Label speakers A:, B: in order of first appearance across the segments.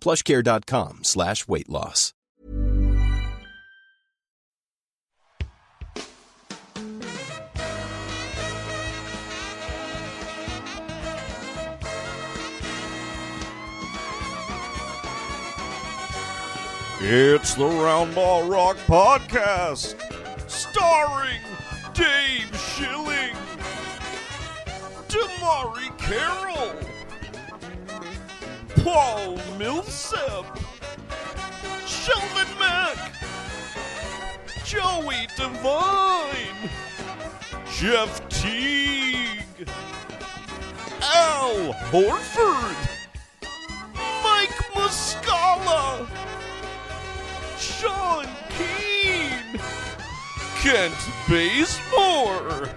A: Plushcare.com slash weight loss.
B: It's the Roundball Rock Podcast, starring Dave Schilling, Damari Carroll, Paul Millsap, Sheldon Mack, Joey Devine, Jeff Teague, Al Horford, Mike Muscala. Sean Keane, Kent Bazemore,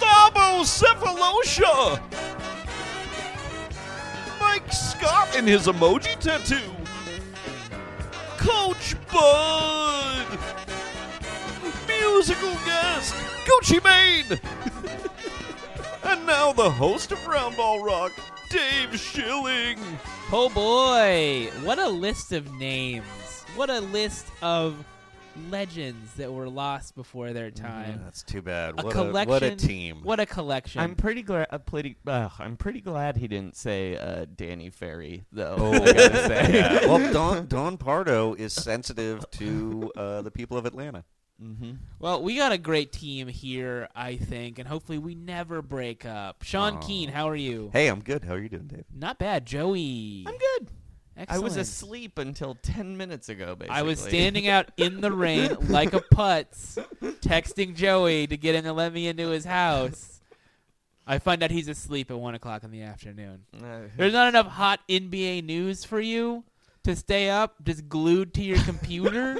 B: Thabo Cephalosha, Mike Scott and his emoji tattoo, Coach Bud, musical guest, Gucci Mane, and now the host of Roundball Rock, Dave Schilling.
C: Oh boy, what a list of names. What a list of legends that were lost before their time.
B: That's too bad.
C: A
B: What a,
C: collection.
B: what a team.
C: What a collection.
D: I'm pretty glad. I'm pretty. ugh, I'm pretty glad he didn't say uh, Danny Ferry, though.
B: Oh,
D: I gotta say.
B: yeah. Well, Don Don Pardo is sensitive to uh, the people of Atlanta.
C: well, we got a great team here, I think, and hopefully we never break up. Sean Keane, how are you?
B: Hey, I'm good. How are you doing, Dave?
C: Not bad, Joey.
D: I'm good.
C: Excellent.
D: I was asleep until ten minutes ago. Basically,
C: I was standing out in the rain like a putz, texting Joey to get him to let me into his house. I find out he's asleep at one o'clock in the afternoon.
D: Uh,
C: There's not enough hot NBA news for you to stay up, just glued to your computer.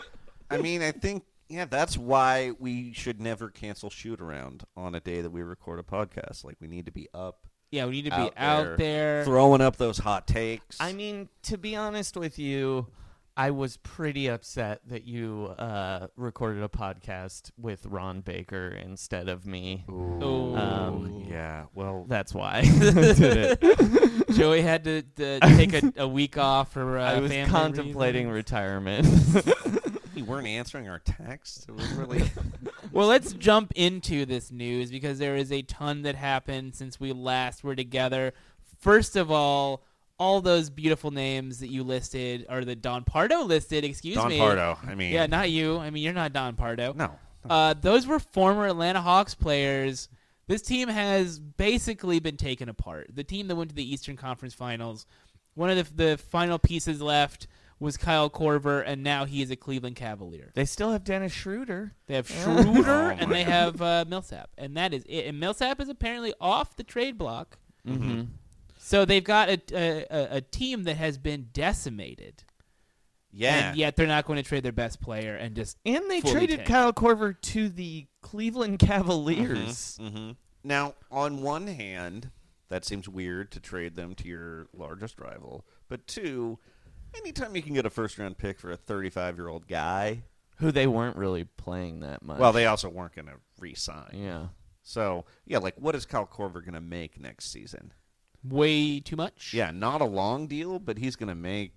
B: I mean, I think yeah, that's why we should never cancel shoot around on a day that we record a podcast. Like we need to be up,
C: yeah, we need to be
B: out,
C: out there.
B: throwing up those hot takes.
D: I mean, to be honest with you, I was pretty upset that you uh, recorded a podcast with Ron Baker instead of me. Um,
C: Ooh.
B: Oh, yeah. Well,
D: That's why. I did it.
C: Joey had to, to take a, a week off for uh,
D: I was
C: family
D: contemplating
C: reasons.
D: retirement.
B: we weren't answering our texts. It was really
C: Well, let's jump into this news because there is a ton that happened since we last were together. First of all, all those beautiful names that you listed, or that Don Pardo listed, excuse
B: Don
C: me.
B: Pardo. I mean,
C: Yeah, not you. I mean, you're not Don Pardo.
B: no.
C: Uh, those were former Atlanta Hawks players. This team has basically been taken apart. The team that went to the Eastern Conference Finals, one of the, the final pieces left was Kyle Korver, and now he is a Cleveland Cavalier.
D: they still have Dennis Schroeder.
C: They have Schroeder
B: Oh
C: and
B: my
C: they have uh, Millsap, and that is it. And Millsap is apparently off the trade block,
D: Mm-hmm.
C: so they've got a a, a, a team that has been decimated.
B: Yeah.
C: and yet they're not going to trade their best player and just
D: And they
C: fully
D: traded
C: tank. Mm-hmm.
D: Kyle Korver to the Cleveland Cavaliers.
B: hmm Now, on one hand, that seems weird to trade them to your largest rival, but two, Anytime you can get a first round pick for a 35 year old guy,
D: Who they weren't really playing that much.
B: well, they also weren't going to re sign.
D: yeah.
B: So, yeah, like what is Kyle Corver going to make next season?
C: Way too much.
B: Yeah, not a long deal, but he's going to make.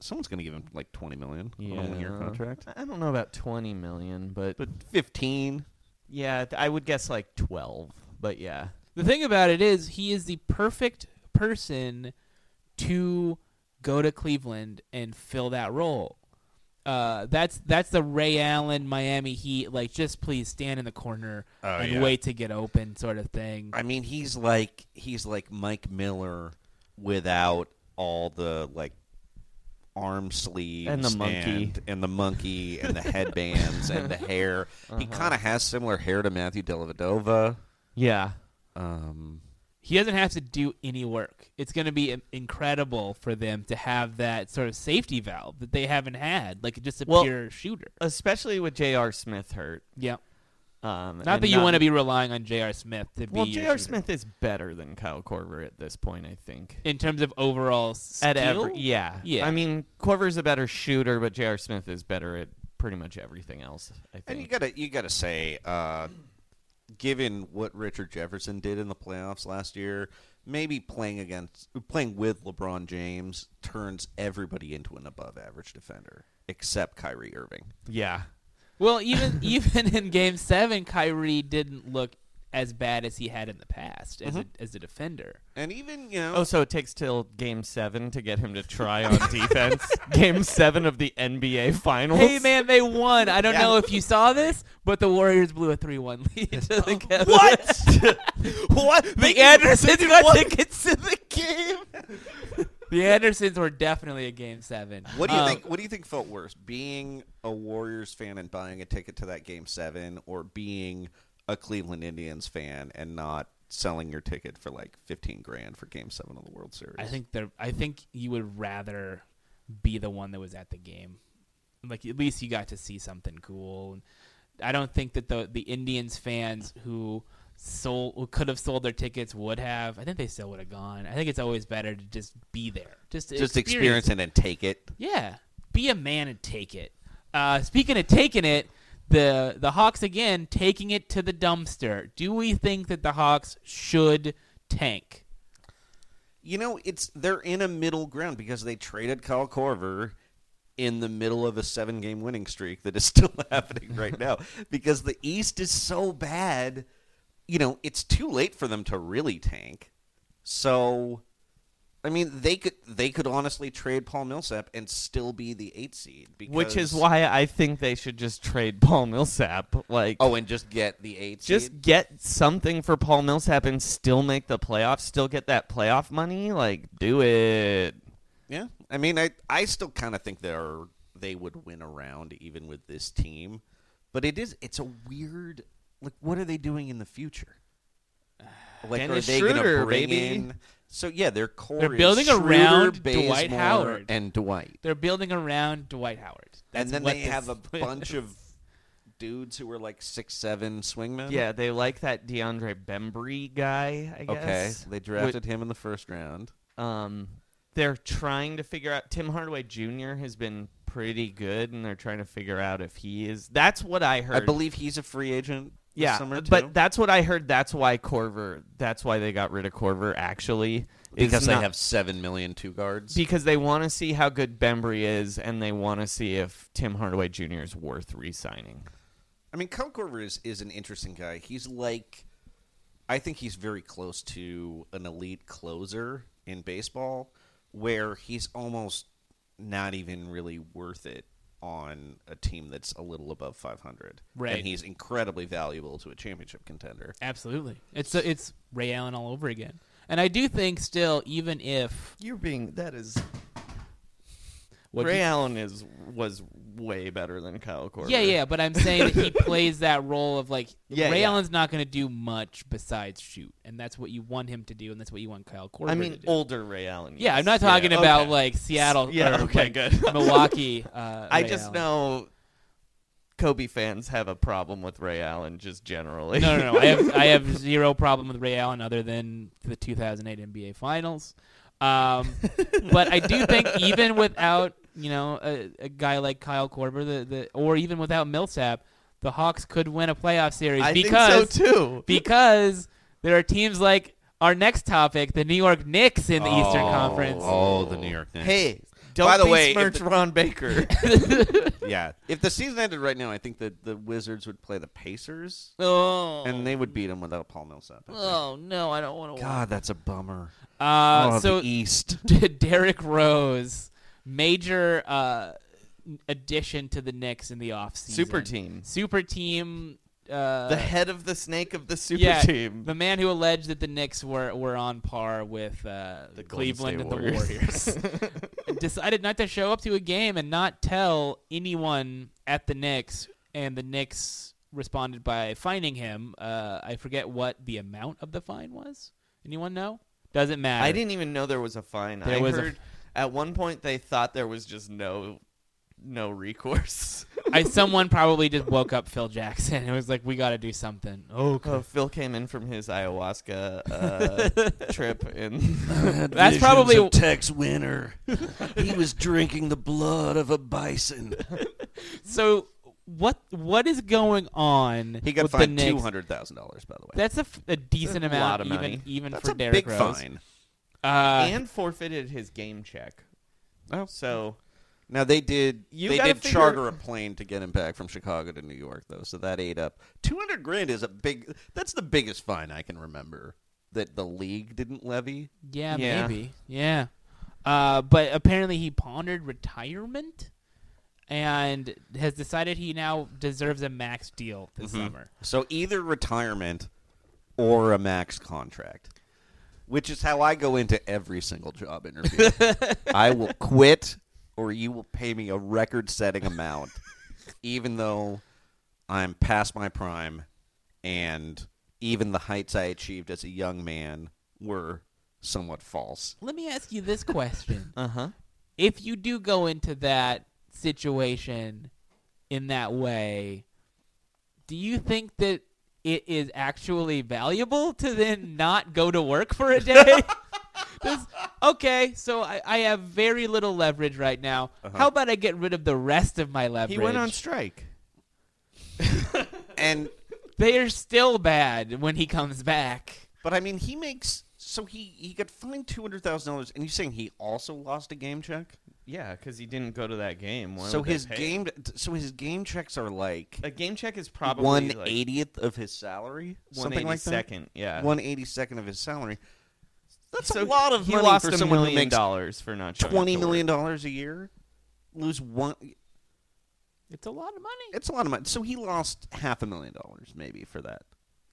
B: Someone's going to give him like 20 million on a one year
D: Yeah.
B: contract.
D: I don't know about 20 million, but,
B: But 15.
D: yeah, th- I would guess like 12. But yeah.
C: The thing about it is, he is the perfect person to go to Cleveland and fill that role. Uh, that's that's the Ray Allen Miami Heat like just please stand in the corner
B: Oh,
C: and
B: yeah.
C: wait to get open sort of thing.
B: I mean, he's like he's like Mike Miller without all the like arm sleeves
D: And the monkey.
B: and, and the monkey and the headbands and the hair. He
D: Uh-huh.
B: kind of has similar hair to Matthew Dellavedova.
D: Yeah.
B: Um,
C: He doesn't have to do any work. It's going to be im- incredible for them to have that sort of safety valve that they haven't had, like just a
D: Well- uh,
C: pure shooter.
D: Especially with J.R. Smith hurt.
C: Yeah.
D: Um,
C: Not
D: and
C: that you want to be relying on J.R. Smith to
D: Well,
C: be your
D: J.R.
C: shooter.
D: Smith is better than Kyle Corver at this point, I think.
C: in terms of overall skill.
D: At every, yeah,
C: Yeah.
D: I mean, Corver's a better shooter, but J.R. Smith is better at pretty much everything else. I think.
B: and you gotta you gotta say, uh, given what Richard Jefferson did in the playoffs last year, maybe playing against playing with LeBron James turns everybody into an above average defender, except Kyrie Irving.
D: yeah,
C: Well, even even in Game Seven, Kyrie didn't look as bad as he had in the past as a,
D: Mm-hmm.
C: as a defender.
B: And even you know,
D: Oh, so it takes till game seven to get him to try on defense. game seven of the NBA Finals.
C: Hey man, they won. I don't know if you saw this, but the Warriors blew a three-one lead to the Cavs.
D: Oh, What? what?
C: The Andersons got tickets to the game. the Andersons were definitely a Game Seven.
B: What do you
C: Um,
B: think? What do you think felt worse, being a Warriors fan and buying a ticket to that Game Seven, or being a Cleveland Indians fan and not selling your ticket for like fifteen grand for Game Seven of the World Series?
C: I think there. I think you would rather be the one that was at the game. Like at least you got to see something cool. And I don't think that the the Indians fans who sold who could have sold their tickets would have. I think they still would have gone. I think it's always better to just be there. Just to
B: just experience
C: experience
B: it and take it.
C: yeah, be a man and take it. Uh, speaking of taking it, the the Hawks again taking it to the dumpster. Do we think that the Hawks should tank?
B: You know, it's they're in a middle ground because they traded Kyle Corver in the middle of a seven game winning streak that is still happening right now because the East is so bad. You know, it's too late for them to really tank. So I mean, they could they could honestly trade Paul Millsap and still be the eight seed because,
D: Which is why I think they should just trade Paul Millsap. Like,
B: Oh, and just get the eight
D: just
B: seed.
D: get something for Paul Millsap and still make the playoffs. Still get that playoff money. Like, do it.
B: Yeah, I mean, I I still kind of think they're they would win around even with this team, but it is it's a weird like what are they doing in the future? Like
D: Dennis
B: are they
D: Schroeder,
B: gonna bring
D: baby.
B: in? So yeah, their core
C: They're
B: is
C: building
B: Schroeder,
C: around
B: Bazemore,
C: Dwight Howard.
B: and Dwight,
C: They're building around Dwight Howard. That's
B: and then
C: what
B: they
C: this
B: have a
C: plan
B: bunch
C: is.
B: of dudes who are like six seven swingmen.
D: Yeah, they like that DeAndre Bembry guy. I
B: Okay,
D: guess.
B: they
D: Wh-
B: drafted him in the first round.
D: um, they're trying to figure out Tim Hardaway Jr. has been pretty good, and they're trying to figure out if he is. That's what I heard.
B: I believe he's a free agent. this
D: Yeah,
B: summer too.
D: but that's what I heard. That's why Corver. That's why they got rid of Corver. Actually, is
B: because they
D: not-
B: have seven million two guards.
D: because they want to see how good Bembry is, and they want to see if Tim Hardaway Jr. is worth re-signing.
B: I mean, Kyle Korver is, is an interesting guy. He's like, I think he's very close to an elite closer in baseball, where he's almost not even really worth it on a team that's a little above 500.
C: Right.
B: And he's incredibly valuable to a championship contender.
C: absolutely. It's a, it's Ray Allen all over again. And I do think still, even if
D: You're being that is
C: what
D: Ray Allen is was way better than Kyle Corver.
C: yeah, yeah, but I'm saying that he plays that role of like
D: Yeah,
C: Ray
D: yeah.
C: Allen's not going to do much besides shoot, and that's what you want him to do, and that's what you want Kyle Korver
D: I
C: to
D: mean
C: do.
D: older Ray Allen.
C: Yeah,
D: yes.
C: I'm not talking
D: Yeah,
C: about
D: okay.
C: like Seattle.
D: Yeah,
C: or,
D: okay,
C: like,
D: good.
C: Milwaukee. Uh,
D: I
C: Ray
D: just
C: Allen.
D: know Kobe fans have a problem with Ray Allen just generally.
C: No, no, no. I have I have zero problem with Ray Allen other than the 2008 NBA Finals. Um, but I do think even without you know a, a guy like Kyle Korver, the, the or even without Millsap, the Hawks could win a playoff series
D: I
C: because
D: think so too.
C: because there are teams like our next topic, the New York Knicks in the Eastern Conference.
B: Oh, the New York Knicks.
D: Hey, don't
B: By the
D: be
B: way, if
D: smirch
B: the-
D: Ron Baker.
B: Yeah. If the season ended right now, I think that the Wizards would play the Pacers,
D: oh,
B: and they would beat them without Paul Millsap. I think.
D: oh no, I don't want to.
B: God, that's a bummer.
C: Uh,
B: oh,
C: so
B: the East.
C: Derrick Rose, major uh, addition to the Knicks in the offseason.
D: Super team.
C: Super team. Uh,
D: The head of the snake of the super
C: yeah,
D: team.
C: The man who alleged that the Knicks were, were on par with uh,
D: Golden
C: the
D: State
C: Cleveland and the
D: Warriors.
C: Warriors. Decided not to show up to a game and not tell anyone at the Knicks, and the Knicks responded by fining him. Uh, I forget what the amount of the fine was. Anyone know? Doesn't matter.
D: I didn't even know there was a fine.
C: There
D: I
C: was a-
D: heard at one point they thought there was just no, no recourse.
C: I someone probably just woke up Phil Jackson and was like, "We got to do something." Oh,
D: Oh, Phil came in from his ayahuasca uh, trip, and
C: that's probably
B: Tex Winter. he was drinking the blood of a bison.
C: so. What what is going on?
B: He got
C: with the
B: fined
C: Knicks?
B: two hundred thousand dollars, by the way.
C: That's a, f- a decent
D: That's a
C: amount,
D: lot of
C: even
D: money.
C: even
B: That's
C: for
B: a
C: Derrick
B: big
C: Rose.
B: fine.
C: Uh,
D: and forfeited his game check.
B: Oh.
D: So
B: Now they did.
D: You
B: they
D: gotta
B: did
D: figure-
B: charter a plane to get him back from Chicago to New York, though, so that ate up. Two hundred grand is a big. That's the biggest fine I can remember that the league didn't levy.
C: yeah,
D: Yeah.
C: maybe, yeah. Uh, but apparently he pondered retirement, and has decided he now deserves a max deal this
B: Mm-hmm.
C: summer.
B: So either retirement or a max contract, which is how I go into every single job interview. I will quit, or you will pay me a record-setting amount, even though I'm past my prime, and even the heights I achieved as a young man were somewhat false.
C: Let me ask you this question:
D: Uh huh.
C: if you do go into that situation in that way, do you think that it is actually valuable to then not go to work for a day? Does- okay, so I, I have very little leverage right now. How about I get rid of the rest of my leverage?
D: Uh-huh. He went on strike.
B: And
C: they are still bad when he comes back.
B: but I mean, he makes so he he got fined two hundred thousand dollars, and you're saying he also lost a game check.
D: Yeah, because he didn't go to that game. Why
B: so
D: would they
B: his
D: pay him?
B: game so his game checks are like
D: a game check is probably
B: one
D: like,
B: eightieth of his salary, something like that.
D: 182nd, yeah.
B: one eighty second of his salary. That's
D: So
B: a lot of
D: he
B: money
D: lost
B: for
D: a
B: someone
D: million
B: who makes
D: dollars for not showing up
B: twenty
D: to work.
B: million dollars a year. Lose one.
C: It's a lot of money.
B: It's a lot of money. So he lost half a million dollars maybe for that,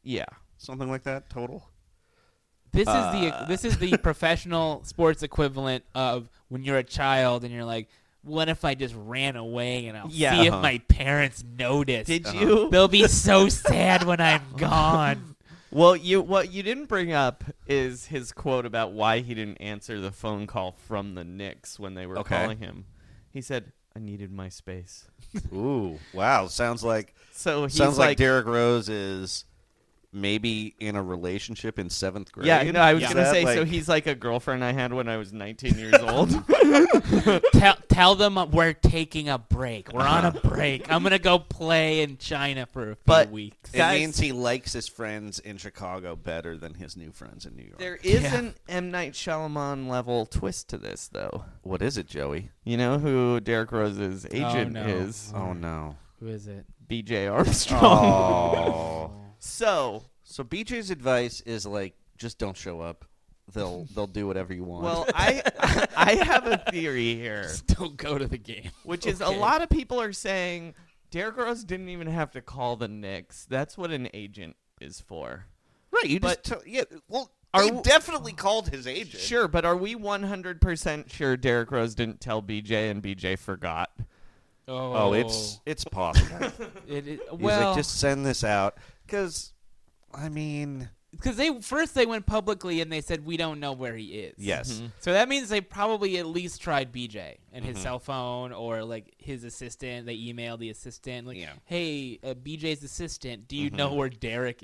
D: Yeah,
B: something like that total.
C: This is
D: Uh.
C: the this is the professional sports equivalent of when you're a child and you're like, what if I just ran away and I'll
D: Yeah.
C: see if
D: Uh-huh.
C: my parents notice? Uh-huh.
D: Did you-
C: They'll be so sad when I'm gone.
D: Well, you what you didn't bring up is his quote about why he didn't answer the phone call from the Knicks when they were
B: Okay.
D: calling him. He said, "I needed my space."
B: Ooh, wow! Sounds like
D: So he's
B: sounds like,
D: like-
B: Derrick Rose is maybe in a relationship in seventh grade.
D: Yeah, no, I was
B: Is
D: gonna
B: that
D: say. so
B: like-
D: he's like a girlfriend I had when I was 19 years old.
C: tell tell them we're taking a break. We're on a break. I'm gonna go play in China for a few
D: Uh-huh. But
C: weeks.
B: It
D: Guys-
B: means he likes his friends in Chicago better than his new friends in New York.
D: there is an M Night Shyamalan level twist to this, though.
B: what is it, Joey?
D: You know who Derek Rose's agent
C: no.
D: is?
B: Oh no.
C: Who is it?
D: B.J. Armstrong.
B: Oh.
D: So
B: so BJ's advice is like just don't show up. They'll they'll do whatever you want.
D: Well, I I have a theory here,
C: Don't go to the game.
D: which is a lot of people are saying Derrick Rose didn't even have to call the Knicks. That's what an agent is for.
B: right, you
D: but-
B: just tell, yeah, well,
D: Are
B: they
D: w-
B: definitely called his agent.
D: Sure, but are we 100% sure Derrick Rose didn't tell BJ and BJ forgot?
C: Oh,
B: Oh, it's it's possible.
C: it, it-
B: He's
C: well,
B: like just send this out cuz I mean,
C: because they first they went publicly and they said we don't know where he is.
B: yes.
C: So that means they probably at least tried BJ. and
B: Mm-hmm.
C: his cell phone or like his assistant. They email the assistant like,
B: Yeah. Mm-hmm.
C: "Hey, uh, BJ's assistant, do you know where Derek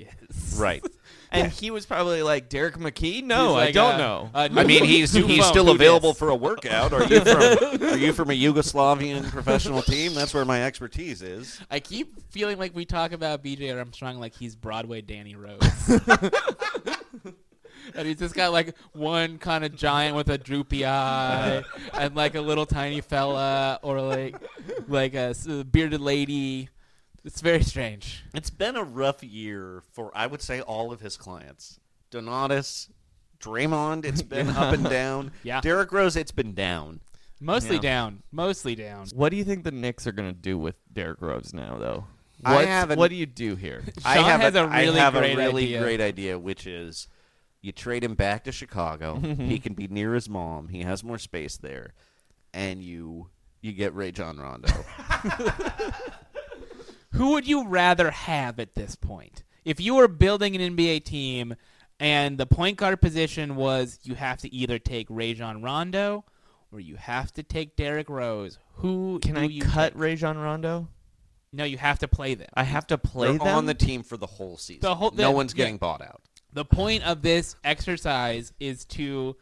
C: is?"
B: Right.
D: And he was probably like Derek McKee.
C: He's
D: No, I
C: like,
D: don't
C: uh,
D: know.
C: uh,
B: I mean,
C: new-
B: he's
C: new
B: he's
C: phone,
B: still
C: who
B: available
C: dis?
B: for a workout. Are you from Are you from a Yugoslavian professional team? That's where my expertise is.
C: I keep feeling like we talk about BJ Armstrong like he's Broadway Danny Rose. And he's just got like one kind of giant with a droopy eye, and like a little tiny fella, or like like a s- uh, bearded lady. It's very strange.
B: It's been a rough year for I would say all of his clients. Donatus, Draymond, it's been up and down.
C: Yeah.
B: Derek Rose, it's been down.
C: Mostly down. Mostly down.
D: what do you think the Knicks are going to do with Derrick Rose now, though?
B: I
D: What,
B: haven't-
D: what do you do here?
B: I
C: Sean
B: have
C: has
B: a,
C: a really
B: I have
C: great
B: a really
C: idea.
B: great idea, which is you trade him back to Chicago. he can be near his mom. He has more space there, and you you get Ray John Rondo.
C: Who would you rather have at this point? If you were building an NBA team and the point guard position was you have to either take Rajon Rondo or you have to take Derrick Rose, who
D: Can
C: do
D: I
C: you
D: cut
C: take?
D: Rajon Rondo?
C: No, you have to play them.
D: I have to play
B: They're
D: them
B: on the team for the whole season.
C: The whole-
B: no
C: the-
B: one's
C: yeah.
B: getting bought out.
C: the point of this exercise is to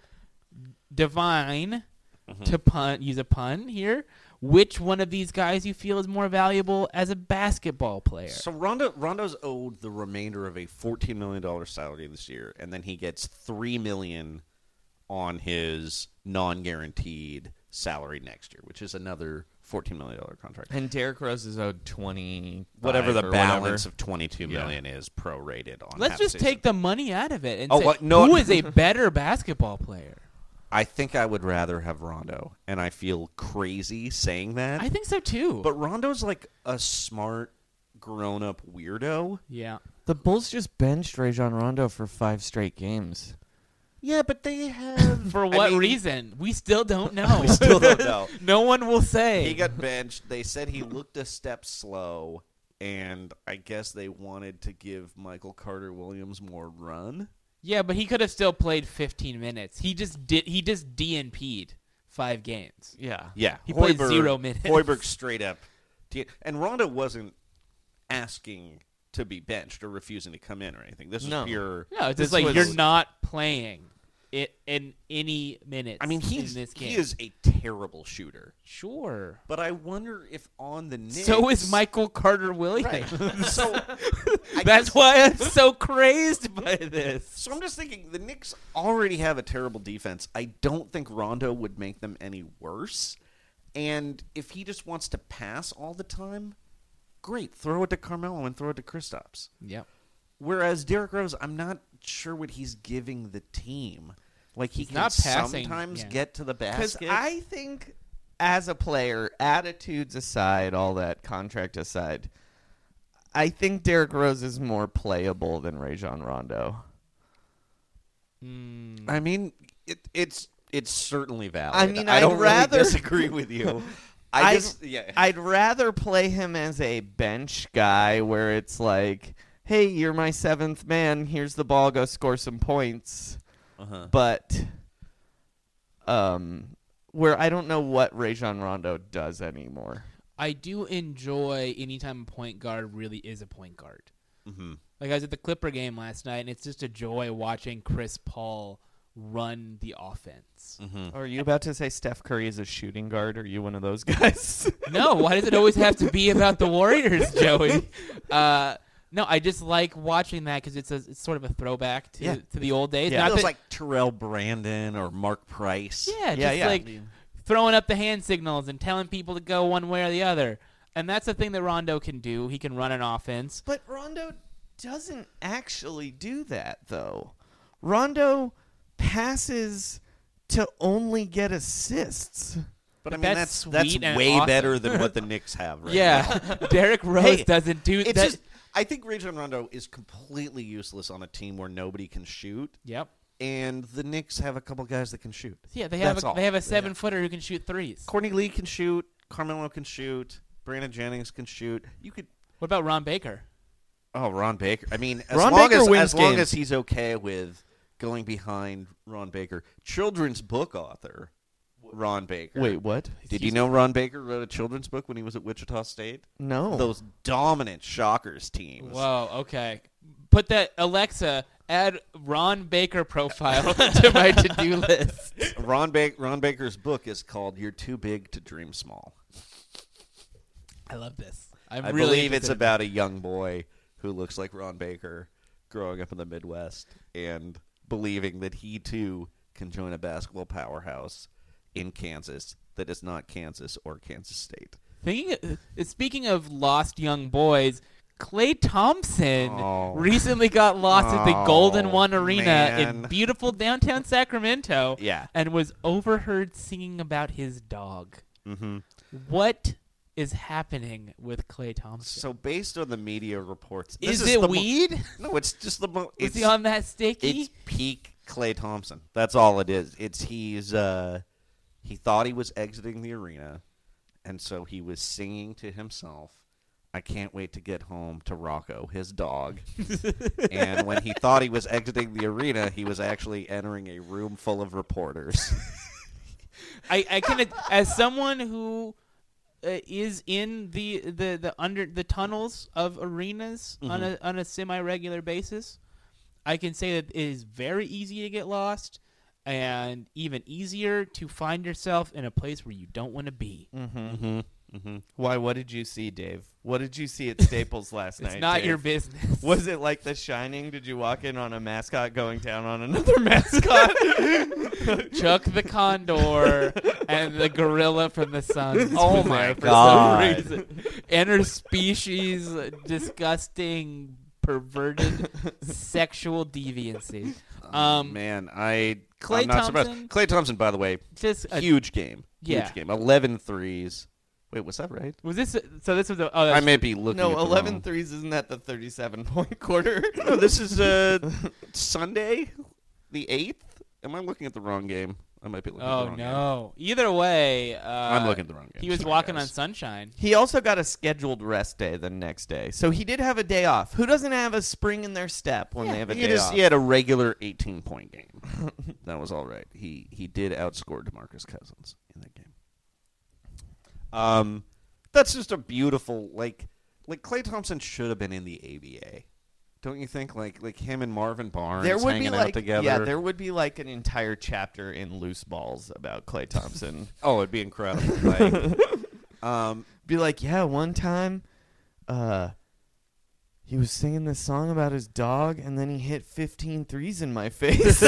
C: divine
D: Mm-hmm.
C: to pun use a pun here which one of these guys you feel is more valuable as a basketball player.
B: So Rondo Rondo's owed the remainder of a fourteen million dollar salary this year, and then he gets three million on his non guaranteed salary next year, which is another fourteen million dollar contract.
D: And Derrick Rose is owed twenty
B: whatever the
D: or
B: balance
D: whatever.
B: of twenty two million is prorated on.
C: Let's
B: half
C: just
B: season.
C: take the money out of it and
B: Oh,
C: say
B: what? No.
C: who is a better basketball player.
B: I think I would rather have Rondo, and I feel crazy saying that.
C: I think so too.
B: but Rondo's like a smart, grown up weirdo.
C: yeah.
D: The Bulls just benched Rajon Rondo for five straight games.
B: Yeah, but they have
C: For
B: I
C: what
B: mean,
C: reason? We still don't know.
B: I still don't know.
C: no one will say.
B: He got benched. They said he looked a step slow, and I guess they wanted to give Michael Carter Williams more run.
C: yeah, but he could have still played 15 minutes. He just did. He just DNP'd five games.
D: Yeah.
B: Yeah,
C: He played zero minutes.
B: Hoiberg straight up, did- and Rondo wasn't asking to be benched or refusing to come in or anything. This was
D: No.
B: pure.
C: No, it's
D: This
C: just like
D: was-
C: you're not playing it in any minutes.
B: I mean,
C: in
B: he's
C: this game.
B: he is a terrible shooter.
C: sure.
B: But I wonder if on the Knicks,
C: So is Michael Carter Williams.
B: so I
C: That's
B: guess-
C: why I'm so crazed by this.
B: So I'm just thinking the Knicks already have a terrible defense. I don't think Rondo would make them any worse. And if he just wants to pass all the time, great. Throw it to Carmelo and throw it to Kristaps.
C: Yep.
B: Whereas Derrick Rose, I'm not sure what he's giving the team. Like he
C: He's
B: can
C: not passing,
B: sometimes
C: yeah.
B: get to the
D: Because
B: basket.
D: I think, as a player, attitudes aside, all that contract aside, I think Derrick Rose is more playable than Rajon Rondo.
B: I mean, it, it's it's certainly valid.
D: I mean,
B: I
D: I'd
B: don't really
D: rather-
B: disagree with you. I
D: I
B: just yeah.
D: I'd rather play him as a bench guy where it's like, hey, you're my seventh man. Here's the ball. Go score some points.
B: Uh-huh.
D: But um, where I don't know what Rajon Rondo does anymore.
C: I do enjoy anytime a point guard really is a point guard.
B: Mm-hmm.
C: Like I was at the Clipper game last night, and it's just a joy watching Chris Paul run the offense.
B: Mm-hmm. Hmm.
D: Are you about to say Steph Curry is a shooting guard? Are you one of those guys?
C: No, why does it always have to be about the Warriors, Joey? Uh, no, I just like watching that because it's a it's sort of a throwback to,
B: Yeah.
C: to the old days.
D: Yeah.
C: Not
B: It was
C: that-
B: like Terrell Brandon or Mark Price.
C: Yeah, just
D: Yeah, yeah.
C: like throwing up the hand signals and telling people to go one way or the other. And that's the thing that Rondo can do. He can run an offense.
D: but Rondo doesn't actually do that, though. Rondo passes to only get assists.
B: But I mean, that's
C: That's
B: that's,
C: sweet and
B: way
C: awesome.
B: better than what the Knicks have right now.
C: yeah, Derek Rose
B: Hey,
C: doesn't do
B: It's
C: that.
B: just I think Rajon Rondo is completely useless on a team where nobody can shoot,
C: Yep.
B: and the Knicks have a couple guys that can shoot.
C: Yeah, they have
B: That's
C: a,
B: all.
C: they have a seven footer who can shoot threes.
B: Courtney Lee can shoot. Carmelo can shoot. Brandon Jennings can shoot. You could.
C: What about Ron Baker?
B: Oh, Ron Baker. I mean, as
D: Ron
B: long
D: Baker
B: as
D: wins
B: as long
D: games.
B: as he's okay with going behind Ron Baker, children's book author. Ron Baker.
D: Wait, what?
B: Did you know Ron Baker wrote a children's book when he was at Wichita State?
C: Oh.
D: No.
B: Those dominant Shockers teams.
C: Whoa, okay. Put that Alexa add Ron Baker profile to my to-do list.
B: Ron, ba- Ron Baker's book is called "You're Too Big to Dream Small."
C: I love this. I'm
B: I
C: really
B: believe it's
C: interested in
B: about a young boy who looks like Ron Baker, growing up in the Midwest and believing that he too can join a basketball powerhouse in Kansas that is not Kansas or Kansas State.
C: Thinking, uh, speaking of lost young boys, Clay Thompson recently got lost at the Golden One Arena in
B: man.
C: beautiful downtown Sacramento.
B: Yeah.
C: and was overheard singing about his dog. Mm-hmm. What is happening with Clay Thompson?
B: So, based on the media reports, this
C: is,
B: is
C: it
B: the mo-
C: weed?
B: no, it's just the mo-
C: is
B: it's
C: he on that sticky?
B: It's peak Clay Thompson. That's all it is. It's he's uh he thought he was exiting the arena and so he was singing to himself, I can't wait to get home to Rocco, his dog. and when he thought he was exiting the arena, he was actually entering a room full of reporters.
C: I, I can as someone who uh, is in the, the the under the tunnels of arenas on a
B: Mm-hmm.
C: on a semi regular basis, I can say that it is very easy to get lost, and even easier to find yourself in a place where you don't want to be.
D: Why? What did you see, Dave? What did you see at Staples last night?
B: Mm.
C: It's not your
D: Dave?
C: business.
D: Was it like The Shining? Did you walk in on a mascot going down on another mascot?
C: Chuck the Condor and the gorilla from the sun.
B: Oh
C: was
B: my
C: there for
B: God.
C: Some reason. Interspecies, disgusting, perverted, sexual deviancy. Um,
B: Oh, Man, I
C: Klay
B: I'm not
C: Thompson?
B: surprised. Clay Thompson, by the way,
C: Just a-
B: huge game.
C: Yeah.
B: Huge game. 11 threes. Wait, was that right?
C: was this? So this was a. Oh,
B: I
C: that's-
B: may be looking.
D: no,
B: at the wrong-
D: 11 threes isn't that the 37 point quarter?
B: No, this is uh, Sunday, the eighth. Am I looking at the wrong game? I might be looking. at the
C: Oh
B: wrong
C: no! Either way, uh,
B: I'm looking at the wrong game.
C: He was
B: Sorry,
C: walking
B: guys.
C: on sunshine.
D: He also got a scheduled rest day the next day. So he did have a day off. Who doesn't have a spring in their step when they have a
B: Game. He,
D: day
B: just,
D: off?
B: he had a regular 18 point game. that was all right. He he did outscore Demarcus Cousins in that game. Um, that's just a beautiful like like Clay Thompson should have been in the ABA, don't you think? Like like him and Marvin Barnes
D: there would
B: hanging
D: be
B: out
D: like
B: together.
D: yeah, there would be like an entire chapter in Loose Balls about Clay Thompson.
B: oh, it'd be incredible. Like, um,
D: be like, yeah, one time, uh, he was singing this song about his dog, and then he hit 15 threes in my face.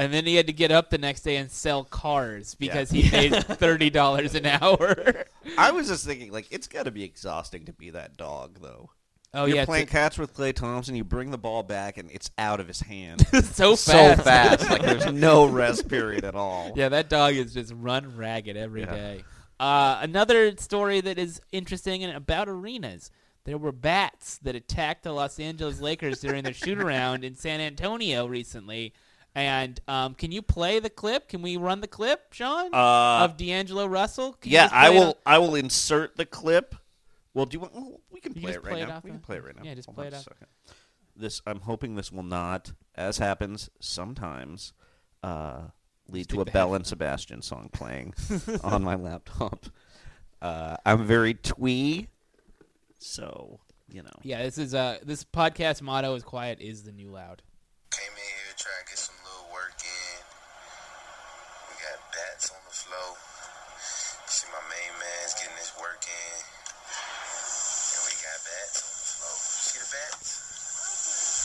C: And then he had to get up the next day and sell cars because he made thirty dollars an hour.
B: I was just thinking, like, it's got to be exhausting to be that dog, though.
C: Oh
B: You're
C: yeah,
B: playing
C: it's
B: catch with Clay Thompson. You bring the ball back, and it's out of his hand
C: so fast.
B: so fast. Like, there's no rest period at all.
C: Yeah, that dog is just run ragged every day. Uh, another story that is interesting and about arenas. There were bats that attacked the Los Angeles Lakers during their shoot around in San Antonio recently. And um, can you play the clip? Can we run the clip, Sean?
B: Uh,
C: of D'Angelo Russell? Can you
B: yeah.
C: just play
B: I
C: it
B: will.
C: on-
B: I will insert the clip. Well, do you want? Well, we can
C: You
B: play
C: just
B: it right
C: play it
B: now.
C: off
B: we can
C: the-
B: play it right now.
C: yeah, just
B: Hold
C: play
B: on
C: it
B: a
C: off.
B: second. This. I'm hoping this will not, as happens sometimes, uh, lead to a Bell and Sebastian song playing on my laptop. Uh, I'm very twee, so you know.
C: Yeah, this is uh, this podcast motto is quiet is the new loud.
E: Came in here to try to get some little work in. We got bats on the floor. See my main man's getting his work in. And we got bats on the floor. See the bats?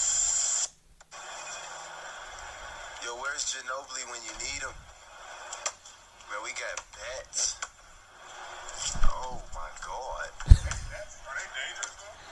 E: Yo, where's Ginobili when you need him? Man, we got bats. Oh my god.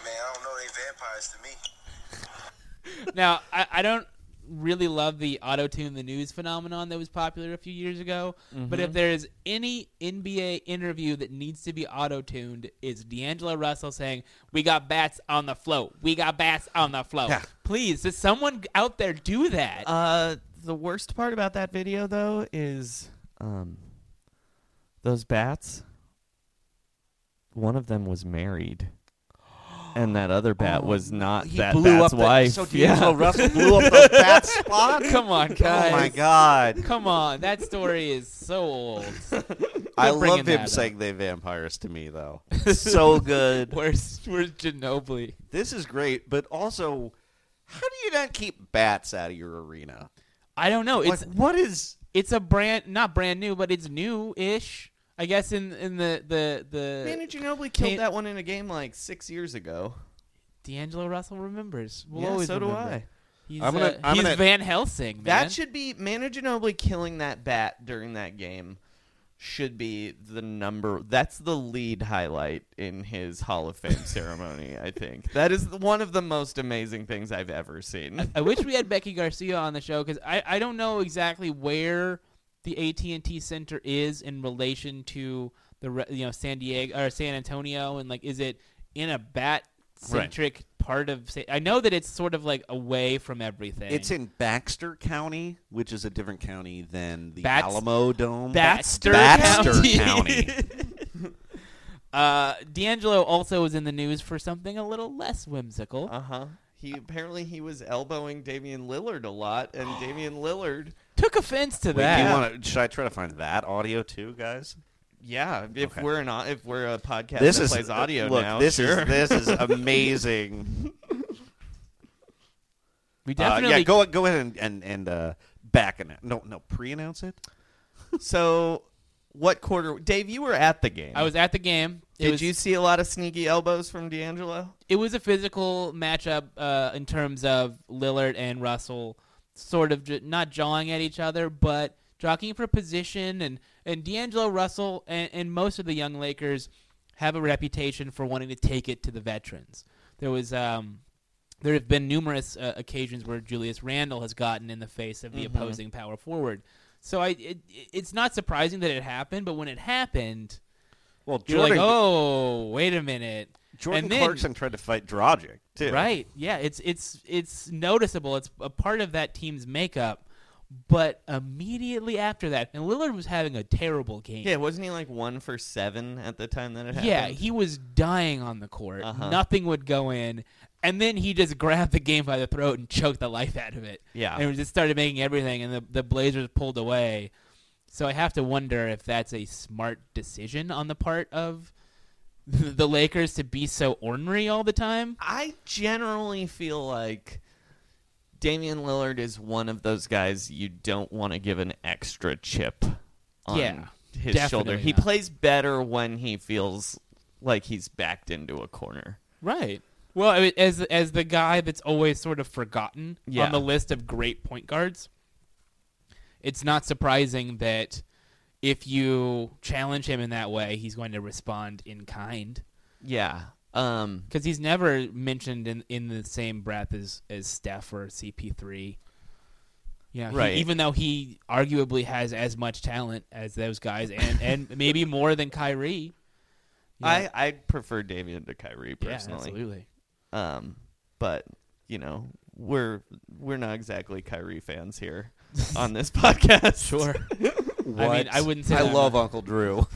E: Man, I don't know. They vampires to me.
C: now I, I don't really love the auto tune the news phenomenon that was popular a few years ago but
B: Mm-hmm.
C: if there is any nba interview that needs to be auto tuned it's d'angelo russell saying we got bats on the float we got bats on the float please does someone out there do that
D: uh, the worst part about that video, though, is um, those bats. One of them was married. and that other bat was not
B: Oh, He
D: that
B: blew
D: bat's
B: up
D: wife.
B: The, so
D: yeah.
B: D'Angelo Russell blew up the bat spot.
C: Come on,
B: Oh
C: guys.
B: my god!
C: Come on, that story is so old.
B: I
C: Quit bringing
B: love him
C: that
B: saying they vampires to me though. so good.
C: Where's Where's Ginobili?
B: This is great, but also, how do you not keep bats out of your arena?
C: I don't know. It's
B: like, what is?
C: it's a brand not brand new, but it's new ish. I guess in in the the the
D: Man, Ginobili killed
C: Can't-
D: that one in a game like six years ago.
C: D'Angelo Russell remembers. We'll
D: Yeah,
C: always
D: so do
C: remember.
D: I.
C: He's,
B: I'm gonna-
C: uh,
B: I'm
C: he's
B: gonna-
C: Van Helsing. Man.
D: That should be Manu Ginobili killing that bat during that game should be the number that's the lead highlight in his Hall of Fame ceremony, I think. That is the- one of the most amazing things I've ever seen.
C: I wish we had Becky Garcia on the show because I, I don't know exactly where the AT and T Center is in relation to the re- you know San Diego or San Antonio and like is it in a bat centric part of? Sa- I know that it's sort of like away from everything.
B: It's in Baxter County, which is a different county than the
C: Bats-
B: Alamo Dome.
C: Baxter
B: Baxter
C: County.
B: County.
C: uh, D'Angelo also was in the news for something a little less whimsical.
D: Uh-huh. He apparently he was elbowing Damian Lillard a lot and Damian Lillard
C: Took offense to
B: Wait,
C: that.
B: do you wanna, should I try to find that audio too, guys?
D: yeah, if
B: Okay.
D: we're an au- if we're a podcast
B: this
D: that
B: is uh,
D: plays audio
B: look,
D: now,
B: This
D: sure.
B: is this is amazing. Uh,
C: we definitely
B: yeah, go go ahead and and, and uh, back and no no pre-announce it.
D: so what quarter Dave, you were at the game.
C: I was at the game. It
D: Did
C: was-
D: you see a lot of sneaky elbows from D'Angelo?
C: it was a physical matchup uh, in terms of Lillard and Russell sort of j- not jawing at each other, but jockeying for position. And, and D'Angelo Russell and, and most of the young Lakers have a reputation for wanting to take it to the veterans. There was um, there have been numerous uh, occasions where Julius Randle has gotten in the face of the
B: Mm-hmm.
C: opposing power forward. So I, it, it's not surprising that it happened, but when it happened,
B: Well,
C: you're
B: Jordan,
C: like, oh, wait a minute.
B: Jordan
C: and then,
B: Clarkson tried to fight Drogic too.
C: Right. Yeah. It's it's it's noticeable. It's a part of that team's makeup. But immediately after that, and Lillard was having a terrible game.
D: Yeah, wasn't he like one for seven at the time that it happened? Uh-huh.
C: Yeah, he was dying on the court. Nothing would go in, and then he just grabbed the game by the throat and choked the life out of it.
D: Yeah.
C: and just started making everything, and the the Blazers pulled away. So I have to wonder if that's a smart decision on the part of the Lakers to be so ornery all the time.
D: I generally feel like Damian Lillard is one of those guys you don't want to give an extra chip on
C: Yeah,
D: his
C: definitely
D: shoulder. He
C: not.
D: plays better when he feels like he's backed into a corner.
C: Right. Well, I mean, as as the guy that's always sort of forgotten
D: Yeah.
C: on the list of great point guards, it's not surprising that if you challenge him in that way, he's going to respond in kind
D: Yeah. Um
C: because he's never mentioned in, in the same breath as as Steph or CP3. Yeah, he-
D: Right.
C: even though he arguably has as much talent as those guys, and and maybe more than Kyrie. Yeah.
D: I I prefer Damian to Kyrie
C: yeah,
D: personally.
C: absolutely.
D: Um, but you know, we're we're not exactly Kyrie fans here on this podcast.
C: Sure.
B: What?
C: I mean, I wouldn't say
B: I
C: that.
B: love Uncle Drew.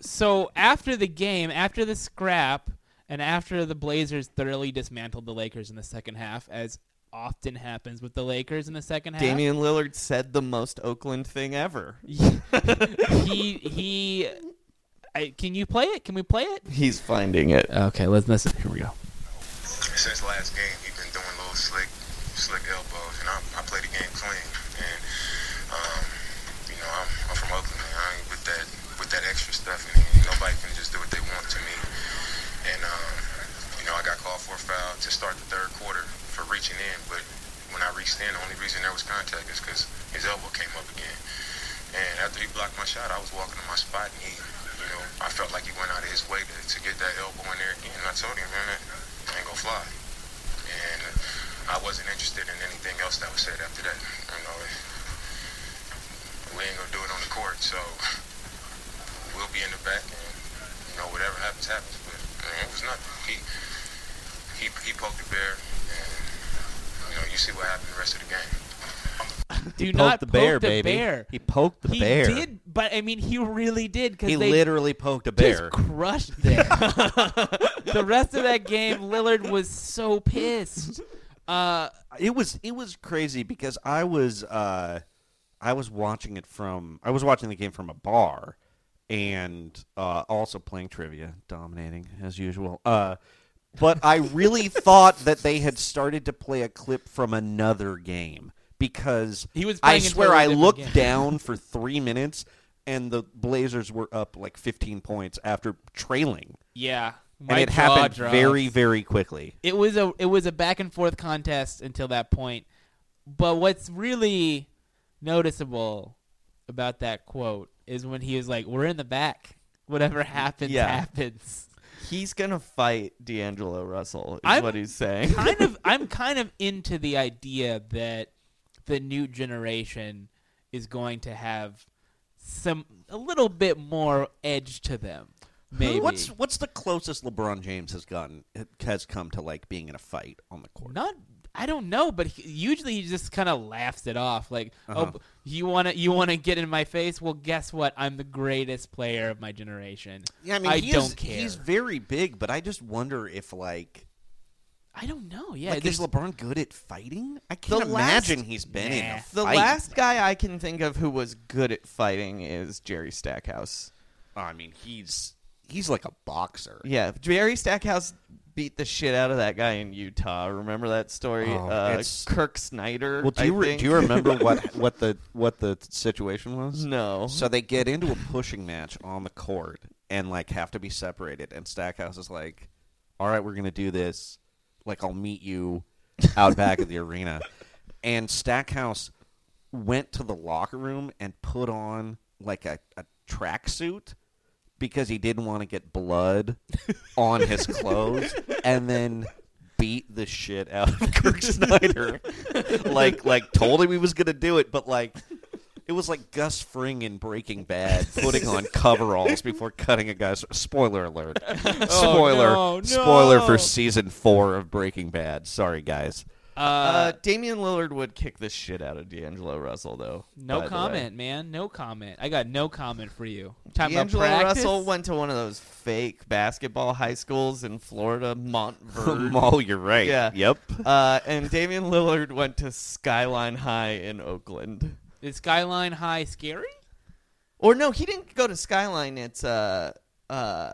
C: so after the game, after the scrap, and after the Blazers thoroughly dismantled the Lakers in the second half, as often happens with the Lakers in the second half,
D: Damian Lillard said the most Oakland thing ever.
C: he he. I, can you play it? Can we play it?
D: He's finding it.
C: Okay, let's listen. Here we go.
E: Since last game, he's been doing little slick, slick elbows, and I, I play the game clean. And um, you know, I'm, I'm from Oakland. Man. I ain't with that, with that extra stuff. And nobody can just do what they want to me. And um, you know, I got called for a foul to start the third quarter for reaching in. But when I reached in, the only reason there was contact is because his elbow came up again. And after he blocked my shot, I was walking to my spot, and he, you know, I felt like he went out of his way to, to get that elbow in there again. And I told him, man, I ain't gonna fly. And I wasn't interested in anything else that was said after that. You know, we ain't gonna do it on the court, so we'll be in the back, and you know, whatever happens, happens. But man, it was nothing. He he he poked the bear, and you know, you see what happened the rest of the game.
C: Do
F: he poked
C: not
F: the bear,
C: poke the
F: baby.
C: bear.
F: He poked the
C: he
F: bear.
C: did, but I mean, he really did because
F: He
C: they
F: literally poked a
C: just
F: bear.
C: crushed them. the rest of that game, Lillard was so pissed. Uh,
B: it was it was crazy because I was uh, I was watching it from I was watching the game from a bar and uh, also playing trivia, dominating as usual. Uh, but I really thought that they had started to play a clip from another game because
C: He was
B: I
C: playing a
B: swear
C: totally
B: I
C: different
B: looked
C: game.
B: down for three minutes and the Blazers were up like 15 points after trailing,
C: yeah,
B: and it happened very very quickly.
C: it was a it was a back and forth contest until that point. But what's really noticeable about that quote is when he was like, "We're in the back. Whatever happens,
D: Yeah.
C: happens."
D: He's gonna fight D'Angelo Russell. Is
C: I'm
D: what he's saying.
C: kind of I'm kind of into the idea that the new generation is going to have some a little bit more edge to them. Maybe
B: What's what's the closest LeBron James has gotten has come to like being in a fight on the court?
C: not I don't know, but he, usually he just kind of laughs it off like,
D: Uh-huh.
C: "Oh, you want to you want to get in my face? Well, guess what? I'm the greatest player of my generation.
B: Yeah, I mean, he is-
C: don't care.
B: He's very big, but I just wonder if like,
C: I don't know. Yeah,
B: like is
C: there's-
B: LeBron good at fighting? I can't
D: last-
B: imagine he's been in
C: Nah.
B: a
D: The
B: fight.
D: last guy I can think of who was good at fighting is Jerry Stackhouse.
B: I mean, he's he's like a boxer.
D: Yeah, Jerry Stackhouse beat the shit out of that guy in Utah. Remember that story?
B: Oh,
D: uh,
B: it's-
D: Kirk Snyder.
F: Well, do
D: I
F: you re-
D: think.
F: do you remember what what the what the situation was?
D: No.
B: So they get into a pushing match on the court and like have to be separated. And Stackhouse is like, "All right, we're gonna do this. Like, I'll meet you out back at the arena." And Stackhouse went to the locker room and put on like a, a tracksuit because he didn't want to get blood on his clothes, and then beat the shit out of Kirk Snyder. like, like told him he was gonna do it, but like. It was like Gus Fring in Breaking Bad putting on coveralls before cutting a guy's. Spoiler alert! Spoiler!
C: Oh, no, no.
B: Spoiler for season four of Breaking Bad. Sorry, guys.
D: Uh, Damian Lillard would kick the shit out of D'Angelo Russell, though. by
C: No
D: the way.
C: comment, man. No comment. I got no comment for you. Talking about
D: D'Angelo
C: practice?
D: Russell went to one of those fake basketball high schools in Florida, Montverde.
B: Oh, you're right.
D: yeah.
B: Yep.
D: Uh, and Damian Lillard went to Skyline High in Oakland.
C: Is Skyline High scary?
D: Or no, he didn't go to Skyline. It's uh uh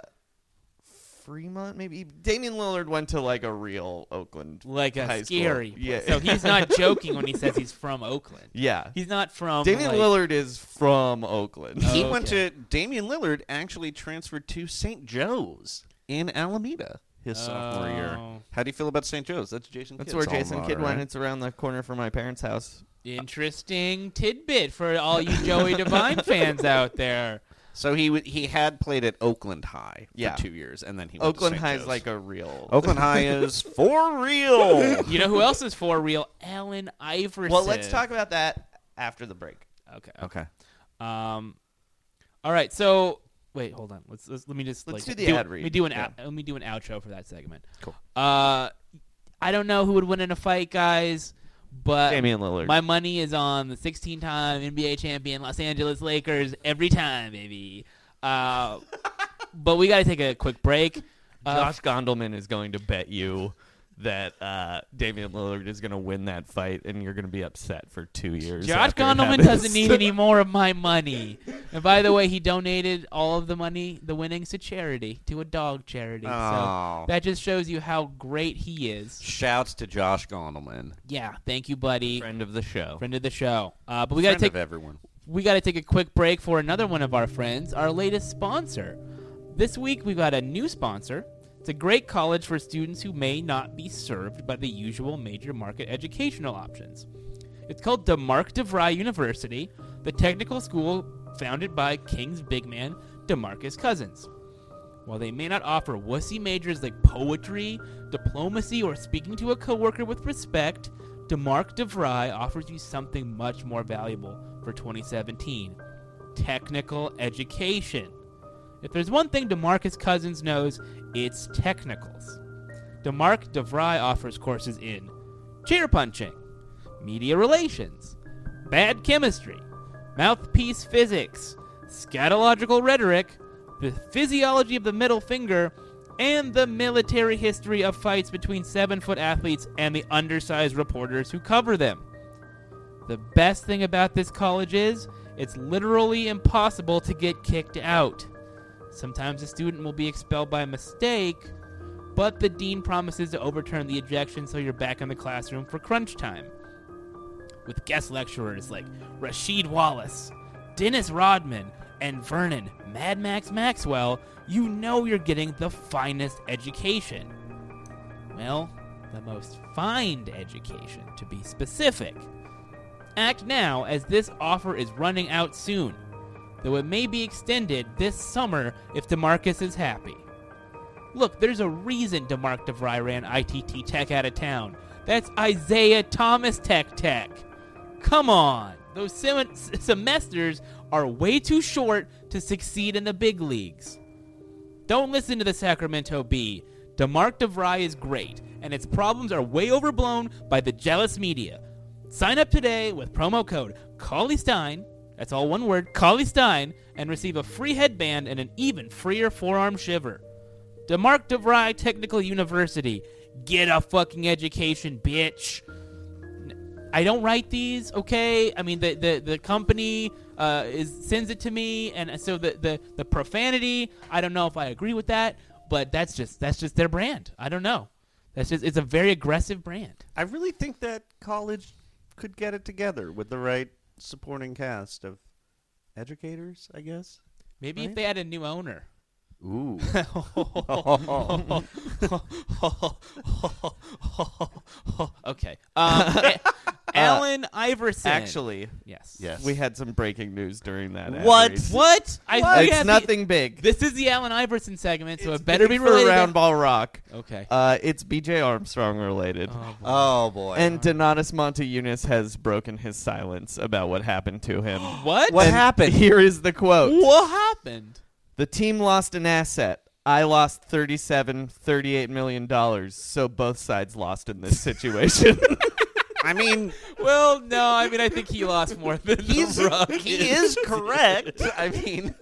D: Fremont maybe. Damian Lillard went to like a real Oakland
C: Like a
D: high school.
C: scary.
D: Yeah.
C: place. So he's not joking when he says he's from Oakland.
D: yeah.
C: He's not from
D: Damian
C: like,
D: Lillard is from Oakland.
C: Oh,
B: He went
C: okay.
B: to Damian Lillard. Actually, transferred to St. Joe's in Alameda his sophomore year.
C: Oh.
B: How do you feel about St. Joe's? That's Jason.
D: That's
B: Kidd's
D: where
B: alma
D: Jason Kidd
B: mater,
D: went.
B: right?
D: It's around the corner from my parents' house.
C: Interesting tidbit for all you Joey Devine fans out there.
B: So he w- he had played at Oakland High
D: Yeah.
B: for two years, and then he went to
D: Oakland
B: St.
D: High's
B: Joe's.
D: like a real
C: Oh,
B: Oakland High is for real.
C: You know who else is for real? Allen Iverson.
D: Well, let's talk about that after the break.
C: Okay.
B: okay.
C: Um. All right. So wait, hold on. Let's, let's let me just
D: Let's
C: like,
D: do the ad read.
C: Let me do an
D: Yeah.
C: out let me do an outro for that segment. Cool. Uh, I don't know who would win in a fight, guys, but
D: Damian Lillard.
C: My money is on the 16-time NBA champion Los Angeles Lakers every time, baby. Uh, but we got to take a quick break. Uh,
D: Josh Gondelman is going to bet you that uh, Damian Lillard is going to win that fight, and you're going to be upset for two years.
C: Josh
D: after it
C: Gondelman
D: happens.
C: doesn't need any more of my money. And by the way, he donated all of the money, the winnings, to charity, to a dog charity.
B: Oh.
C: So that just shows you how great he is.
B: Shouts to Josh Gondelman.
C: Yeah, thank you, buddy, friend,
D: friend of the show.
C: of the show. Uh, but we gotta take
B: everyone.
C: we gotta take a quick break for another one of our friends, our latest sponsor. This week we've got a new sponsor. It's a great college for students who may not be served by the usual major market educational options. It's called DeMarc DeVry University, the technical school founded by King's big man, DeMarcus Cousins. While they may not offer wussy majors like poetry, diplomacy, or speaking to a coworker with respect, DeMarc DeVry offers you something much more valuable for 2017 technical education. If there's one thing DeMarcus Cousins knows, it's technicals. DeMarc DeVry offers courses in chair punching, media relations, bad chemistry, mouthpiece physics, scatological rhetoric, the physiology of the middle finger, and the military history of fights between seven foot athletes and the undersized reporters who cover them. The best thing about this college is it's literally impossible to get kicked out. Sometimes a student will be expelled by mistake, but the dean promises to overturn the ejection so you're back in the classroom for crunch time. With guest lecturers like Rashid Wallace, Dennis Rodman, and Vernon Mad Max Maxwell, you know you're getting the finest education. Well, the most fined education, to be specific. Act now, as this offer is running out soon, though it may be extended this summer if DeMarcus is happy. Look, there's a reason DeMarc DeVry ran ITT Tech out of town. That's Isaiah Thomas Tech Tech. Come on. Those sem- s- semesters are way too short to succeed in the big leagues. Don't listen to the Sacramento Bee. DeMarc DeVry is great, and its problems are way overblown by the jealous media. Sign up today with promo code Collie Stein, that's all one word, Collie Stein, and receive a free headband and an even freer forearm shiver. DeMarc DeVry Technical University. Get a fucking education, bitch. I don't write these, okay? I mean, the the, the company uh, is sends it to me, and so the, the the profanity. I don't know if I agree with that, but that's just that's just their brand. I don't know. That's just it's a very aggressive brand.
B: I really think that college could get it together with the right supporting cast of educators, I guess.
C: Maybe if
B: Right.
C: they had a new owner.
B: Ooh.
C: okay. Um, A-
B: Uh,
C: Alan Iverson.
D: Actually,
C: yes.
F: Yes.
D: we had some breaking news during that. ad
B: What?
D: read.
C: What? I we
D: It's
C: have the-
D: nothing big.
C: This is the Allen Iverson segment, so
D: It's
C: it better
D: big
C: be
D: for
C: related.
D: round ball rock.
C: Okay.
D: Uh, it's B.J. Armstrong related.
C: Oh, boy.
F: Oh boy.
D: and Donatus Monteunis has broken his silence about what happened to him.
C: what?
F: what
D: And
F: happened?
D: Here is the quote.
C: What happened?
D: The team lost an asset. I lost 37, 38 million dollars. So both sides lost in this situation.
B: I mean,
C: Well, no. I mean, I think he lost more than
B: he's
C: the Rockets.
B: he is correct. I mean,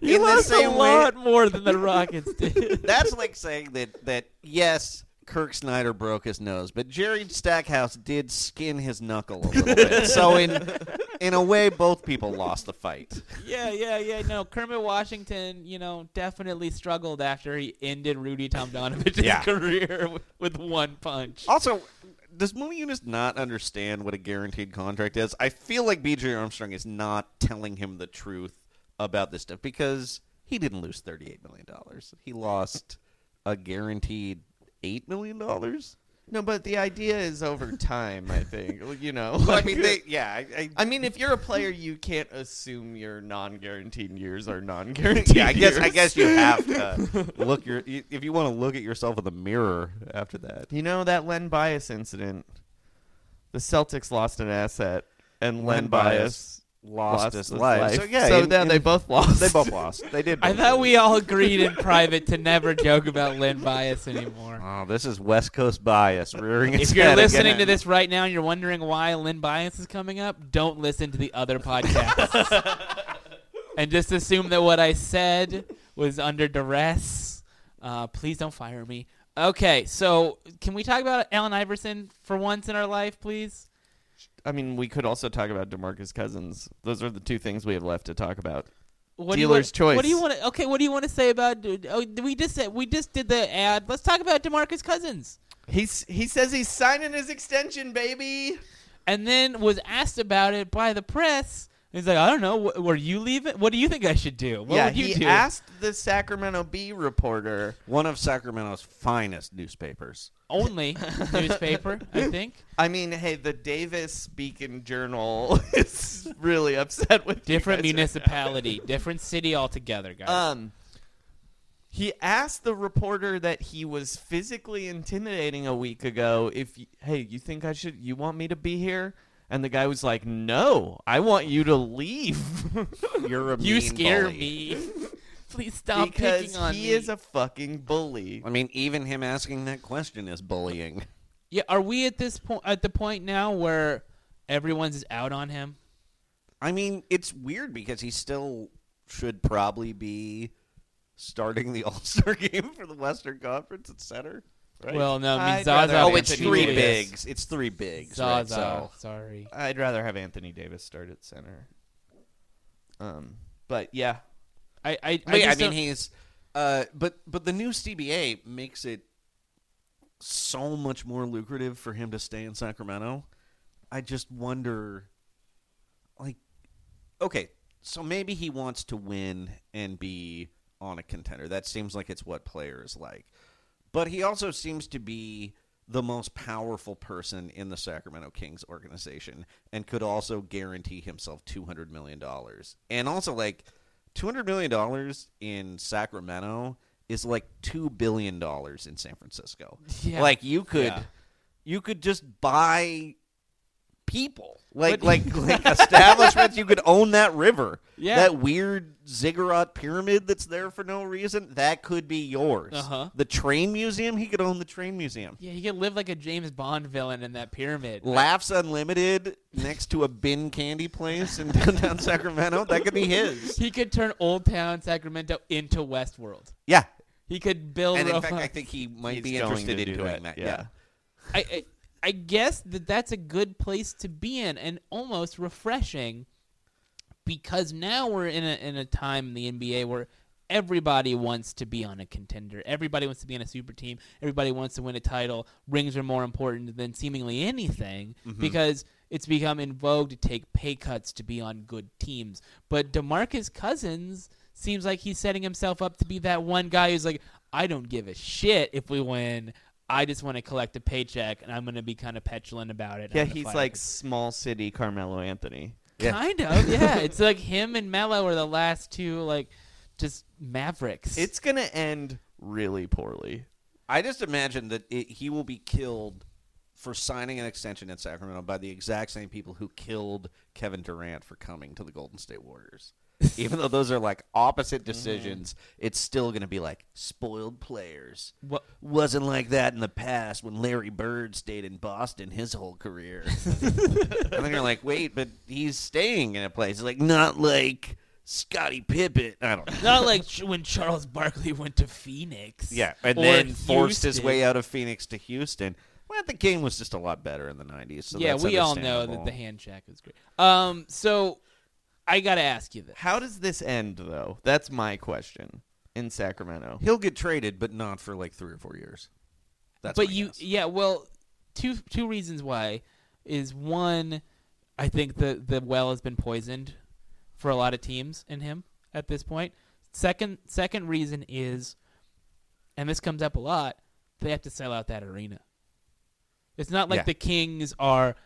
C: He
B: in the
C: lost a
B: same way-
C: lot more than the Rockets did.
B: That's like saying that that yes, Kirk Snyder broke his nose, but Jerry Stackhouse did skin his knuckle a little bit. So in in a way, both people lost the fight.
C: yeah, yeah, yeah. No, Kermit Washington, you know, definitely struggled after he ended Rudy Tomdanovich's
B: Yeah. Oh,
C: career with, with one punch.
B: Also, does Munoz not understand what a guaranteed contract is? I feel like B.J. Armstrong is not telling him the truth about this stuff because he didn't lose thirty-eight million dollars. He lost a guaranteed eight million dollars.
D: no, but the idea is over time, I think. Well, You know.
B: Well, I mean, they, yeah, I, I,
D: I mean, if you're a player, you can't assume your non-guaranteed years are non-guaranteed.
B: yeah, I guess I
D: years.
B: guess you have to look your you- if you want to look at yourself in the mirror after that.
D: You know that Len Bias incident. The Celtics lost an asset, and Len, Bias lost, his, life.
B: So yeah, in-
D: then
B: in-
D: they both lost.
B: They both lost. They did.
C: I
B: both
C: thought
B: lose.
C: we all agreed in private to never joke about Lynn Bias anymore.
B: Oh, this is West Coast bias rearing its
C: If you're
B: head
C: listening
B: again.
C: to this right now and you're wondering why Lynn Bias is coming up, don't listen to the other podcasts. and just assume that what I said was under duress. Uh, please don't fire me. Okay, so can we talk about Allen Iverson for once in our life, please?
D: I mean, we could also talk about Demarcus Cousins. Those are the two things we have left to talk about.
C: What
D: Dealer's
C: do you want,
D: choice.
C: What do you want? To, okay, what do you want to say about? Oh, we just said we just did the ad. Let's talk about Demarcus Cousins.
D: He's he says he's signing his extension, baby.
C: and then was asked about it by the press. He's like, I don't know. W- were you leaving? What do you think I should do? What
D: yeah,
C: would you
D: he
C: do?
D: asked the Sacramento Bee reporter.
B: one of Sacramento's finest newspapers.
C: Only newspaper, I think.
D: I mean, hey, the Davis Beacon Journal is really upset with you
C: Different
D: guys right
C: municipality, different city altogether, guys.
D: Um, he asked the reporter that he was physically intimidating a week ago. If y- hey, you think I should? You want me to be here? And the guy was like, "No, I want you to leave."
B: You're a
C: you
B: mean
C: scare
B: bully.
C: me. Please stop
D: because
C: picking on
D: he
C: me.
D: is a fucking bully.
B: I mean, even him asking that question is bullying.
C: yeah, are we at this point at the point now where everyone's is out on him.
B: I mean, it's weird because he still should probably be starting the All Star game for the Western Conference at center. Right?
C: Well, no, I mean
D: I'd rather-
C: Zaza.
D: Oh,
B: oh, it's
D: Anthony
B: three
D: Davis.
B: bigs. It's three bigs. right?
C: Zaza.
B: So-
C: Sorry.
D: I'd rather have Anthony Davis start at center. Um, but yeah,
C: I. I, I,
B: But yeah, I
C: just
B: mean,
C: don't-
B: he's. Uh, but but the new CBA makes it so much more lucrative for him to stay in Sacramento. I just wonder, like, okay, so maybe he wants to win and be on a contender. That seems like it's what players like. But he also seems to be the most powerful person in the Sacramento Kings organization and could also guarantee himself $200 million. And also, like, $200 million in Sacramento is like $2 billion in San Francisco.
C: Yeah.
B: Like, you could. You could just buy people like like like establishments you could own that river
C: Yeah.
B: that weird ziggurat pyramid that's there for no reason that could be yours
C: Uh-huh.
B: the train museum he could own the train museum
C: Yeah, he could live like a James Bond villain in that pyramid.
B: laughs unlimited next to a bin candy place in downtown sacramento that could be his
C: He could turn Old Town Sacramento into Westworld.
B: yeah
C: He could build.
B: and in
C: robots.
B: fact i think he might
D: He's
B: be
D: going
B: interested
D: to
B: in
D: do
B: doing
D: that,
B: that,
D: yeah.
B: yeah.
C: I, I I guess that that's a good place to be in and almost refreshing because now we're in a in a time in the NBA where everybody wants to be on a contender. Everybody wants to be on a super team. Everybody wants to win a title. Rings are more important than seemingly anything
D: Mm-hmm.
C: because it's become in vogue to take pay cuts to be on good teams. But DeMarcus Cousins seems like he's setting himself up to be that one guy who's like, I don't give a shit if we win. I just want to collect a paycheck and I'm going to be kind of petulant about it.
D: yeah,
C: I'm gonna
D: he's
C: fight
D: like
C: it."
D: small city Carmelo Anthony.
C: Kind of, yeah. it's like him and Mello are the last two, like, just mavericks.
D: It's gonna end really poorly.
B: I just imagine that it, he will be killed for signing an extension in Sacramento by the exact same people who killed Kevin Durant for coming to the Golden State Warriors. Even though those are like opposite decisions, it's still going to be like spoiled players.
C: What-
B: wasn't like that in the past when Larry Bird stayed in Boston his whole career? and then you're like, wait, but he's staying in a place. It's like not like Scottie Pippen. I don't know.
C: not like ch- when Charles Barkley went to Phoenix.
B: Yeah, and
C: or
B: then forced his
C: Houston.
B: way out of Phoenix to Houston. Well, the game was just a lot better in the '90s. So
C: yeah,
B: that's
C: we all know that
B: understandable.
C: the hand check is great. Um, so I got to ask you this.
D: How does this end though? That's my question. In Sacramento,
B: he'll get traded, but not for like three or four years. That's
C: but
B: my
C: you
B: guess.
C: yeah well two two reasons why is one i think the the well has been poisoned for a lot of teams in him at this point second second reason is and this comes up a lot they have to sell out that arena it's not like
B: Yeah.
C: the kings are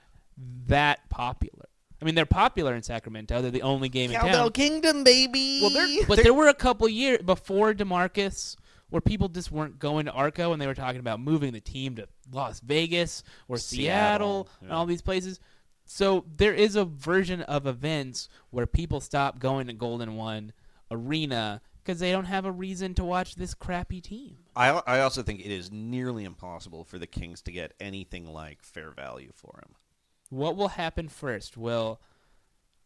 C: that popular i mean they're popular in sacramento they're the only game in town
D: Kingdom, baby. Well, they're
C: but there were a couple years before DeMarcus where people just weren't going to Arco and they were talking about moving the team to Las Vegas or Seattle, and all these places. So there is a version of events where people stop going to Golden One Arena because they don't have a reason to watch this crappy team.
B: I I also think it is nearly impossible for the Kings to get anything like fair value for him.
C: What will happen first? Will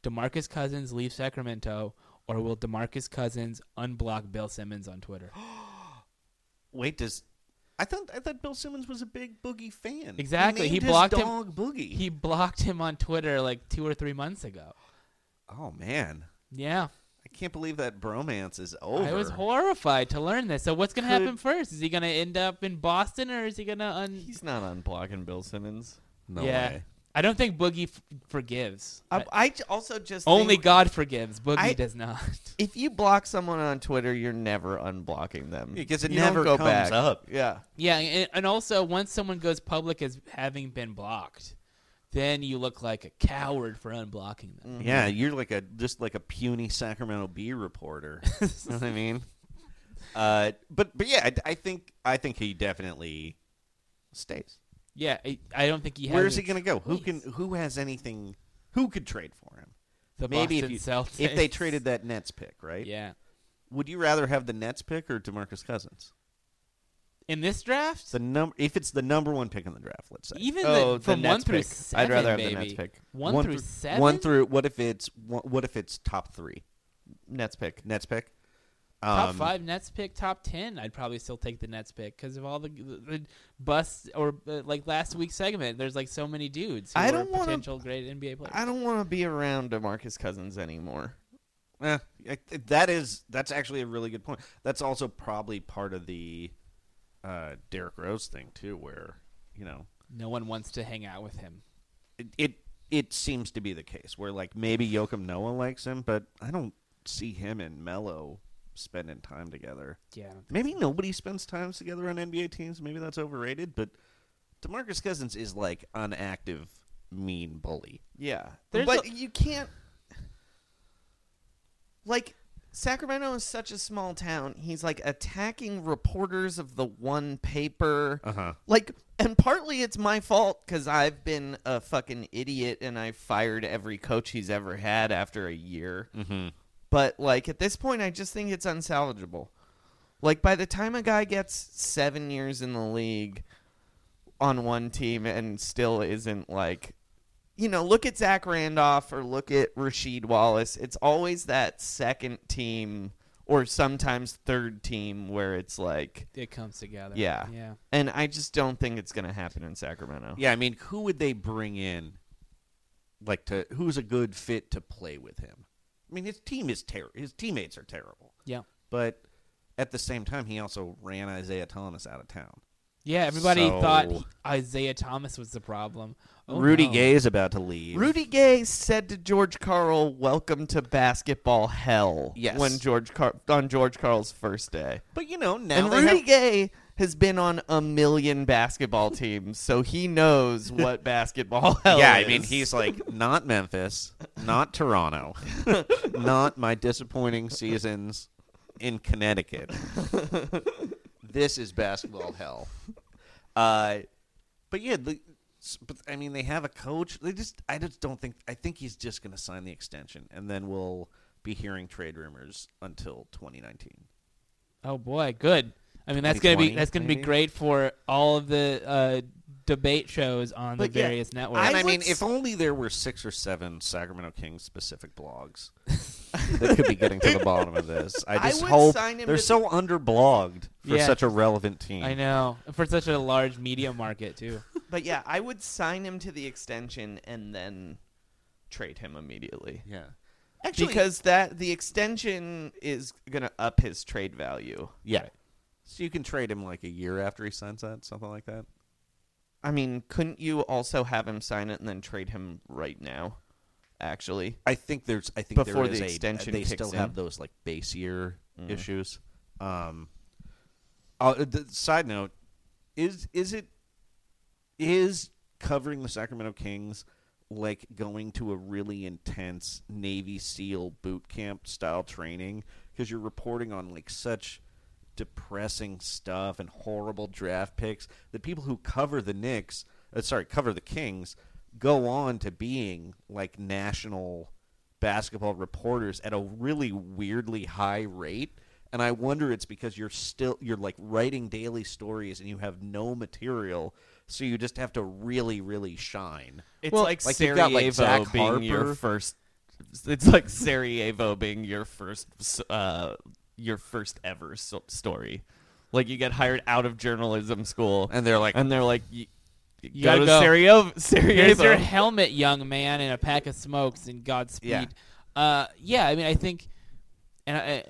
C: DeMarcus Cousins leave Sacramento or will DeMarcus Cousins unblock Bill Simmons on Twitter?
B: Wait, does I thought I thought Bill Simmons was a big Boogie fan.
C: Exactly.
B: He,
C: He
B: named his
C: blocked him-
B: dog Boogie.
C: He blocked him on Twitter like two or three months ago.
B: Oh man,
C: Yeah.
B: I can't believe that bromance is over.
C: I was horrified to learn this. So what's going to
D: Could-
C: happen first? Is he going to end up in Boston or is he going to un
D: he's not unblocking Bill Simmons.
B: no
C: Yeah.
B: way.
C: I don't think Boogie f- forgives.
D: I,
C: I-
D: I j- also just
C: Only
D: think
C: God forgives. Boogie
D: I-
C: does not.
D: If you block someone on Twitter, you're never unblocking them
B: Because it
D: You don't
B: never
D: go
B: comes
D: back.
B: up.
D: Yeah,
C: yeah, and, and also once someone goes public as having been blocked, then you look like a coward for unblocking them.
B: Yeah, you're like a just like a puny Sacramento Bee reporter. you know what I mean? Uh, but but yeah, I, I think I think he definitely stays.
C: Yeah, I, I don't think he has
B: Where is he
C: any
B: going to go? Who can
C: choice.
B: who has anything? Who could trade for him?
C: the
B: Maybe if,
C: Boston
B: you-
C: Celtics.
B: if they traded that Nets pick, right?
C: Yeah.
B: Would you rather have the Nets pick or DeMarcus Cousins?
C: in this draft.
B: The number if it's the number one pick in the draft, let's say.
C: even
D: Oh,
C: the,
D: the
C: from one
D: Nets
C: through
D: pick. I'd
C: seven,
D: rather have the
C: baby.
D: Nets pick.
C: One, through seven.
B: One through what if it's one, what if it's top three?
D: Nets pick.
B: Nets pick?
C: top
B: Um,
C: five Nets pick, top ten. I'd probably still take the Nets pick because of all the, the busts or uh, like last week's segment. There's like so many dudes. Who
D: I
C: are
D: don't wanna-
C: potential great NBA players.
D: I don't want to be around DeMarcus Cousins anymore.
B: Eh, I- that is that's actually a really good point. That's also probably part of the uh, Derrick Rose thing too, where you know
C: no one wants to hang out with him.
B: it, it it seems to be the case where like maybe Joakim Noah likes him, but I don't see him and Melo spending time together.
C: Yeah, I don't think
B: Maybe nobody spends time together on NBA teams. Maybe that's overrated, but DeMarcus Cousins is like an active mean bully.
D: Yeah.
C: There's
D: but
C: a-
D: you can't like Sacramento is such a small town. He's like attacking reporters of the one paper.
B: Uh-huh.
D: Like and partly it's my fault cuz I've been a fucking idiot and I fired every coach he's ever had after a year. Mm-hmm. But like at this point I just think it's unsalvageable. Like by the time a guy gets 7 years in the league on one team and still isn't like you know, look at Zach Randolph or look at Rasheed Wallace. It's always that second team or sometimes third team where it's like,
C: it comes together.
D: yeah.
C: yeah.
D: And I just don't think it's going to happen in Sacramento.
B: Yeah, I mean, who would they bring in? Like to who's a good fit to play with him? I mean, his team is ter- His teammates are terrible,
C: Yeah.
B: but at the same time, he also ran Isaiah Thomas out of town.
C: Yeah, everybody thought
B: So-
C: Isaiah Thomas was the problem. Oh,
B: Rudy
C: no.
B: Gay is about to leave.
D: Rudy Gay said to George Carl, "Welcome to basketball hell."
B: Yes.
D: When George Car- on George Carl's first day,
B: but you know now
D: and
B: they
D: Rudy
B: have-
D: Gay has been on a million basketball teams, so he knows what basketball hell.
B: yeah, I
D: is.
B: mean, he's like not Memphis, not Toronto, not my disappointing seasons in Connecticut. this is basketball hell. Uh, but yeah, the, s- but I mean, they have a coach. They just, I just don't think. I think he's just going to sign the extension, and then we'll be hearing trade rumors until 2019.
C: Oh boy, good. I mean, that's gonna be
B: 2020,
C: that's gonna be
B: maybe?
C: great for all of the uh, debate shows on
D: But
C: the
D: yeah,
C: various networks.
B: And I,
D: I
B: mean,
D: would s-
B: if only there were six or seven Sacramento Kings specific blogs that could be getting to the bottom of this. I
D: I
B: just
D: would
B: hope
D: sign him
B: they're
D: to-
B: so underblogged for
C: Yeah.
B: such a relevant team.
C: I know for such a large media market too.
D: But yeah, I would sign him to the extension and then trade him immediately.
B: Yeah. Actually,
D: because that the extension is going to up his trade value.
B: yeah. So you can trade him like a year after he signs that, something like that.
D: I mean, couldn't you also have him sign it and then trade him right now? Actually,
B: I think there's. I think
D: Before the
B: there is a- uh,
D: extension
B: they
D: kicks
B: still
D: in. Mm-hmm.
B: have those like base year issues. Um, uh, the side note is is it is covering the Sacramento Kings like going to a really intense Navy SEAL boot camp style training because you're reporting on like such depressing stuff and horrible draft picks. The people who cover the Knicks, uh, sorry, cover the Kings, go on to being like national basketball reporters at a really weirdly high rate and i wonder it's because you're still you're like writing daily stories and you have no material so you just have to really really shine
D: it's
B: Well,
D: like,
B: like you've
D: Sarajevo
B: got, like, Zach
D: being your
B: Harper.
D: first. It's like Sarajevo being your first, uh, your first ever so- story. Like you get hired out of journalism school,
B: and they're like
D: and they're like, you,
C: You
D: go
C: gotta
D: to
C: go.
D: Sarajevo. Sarajevo.
C: Here's your helmet, young man, and a pack of smokes and Godspeed.
B: Yeah.
C: Uh, yeah, I mean, I think, and I,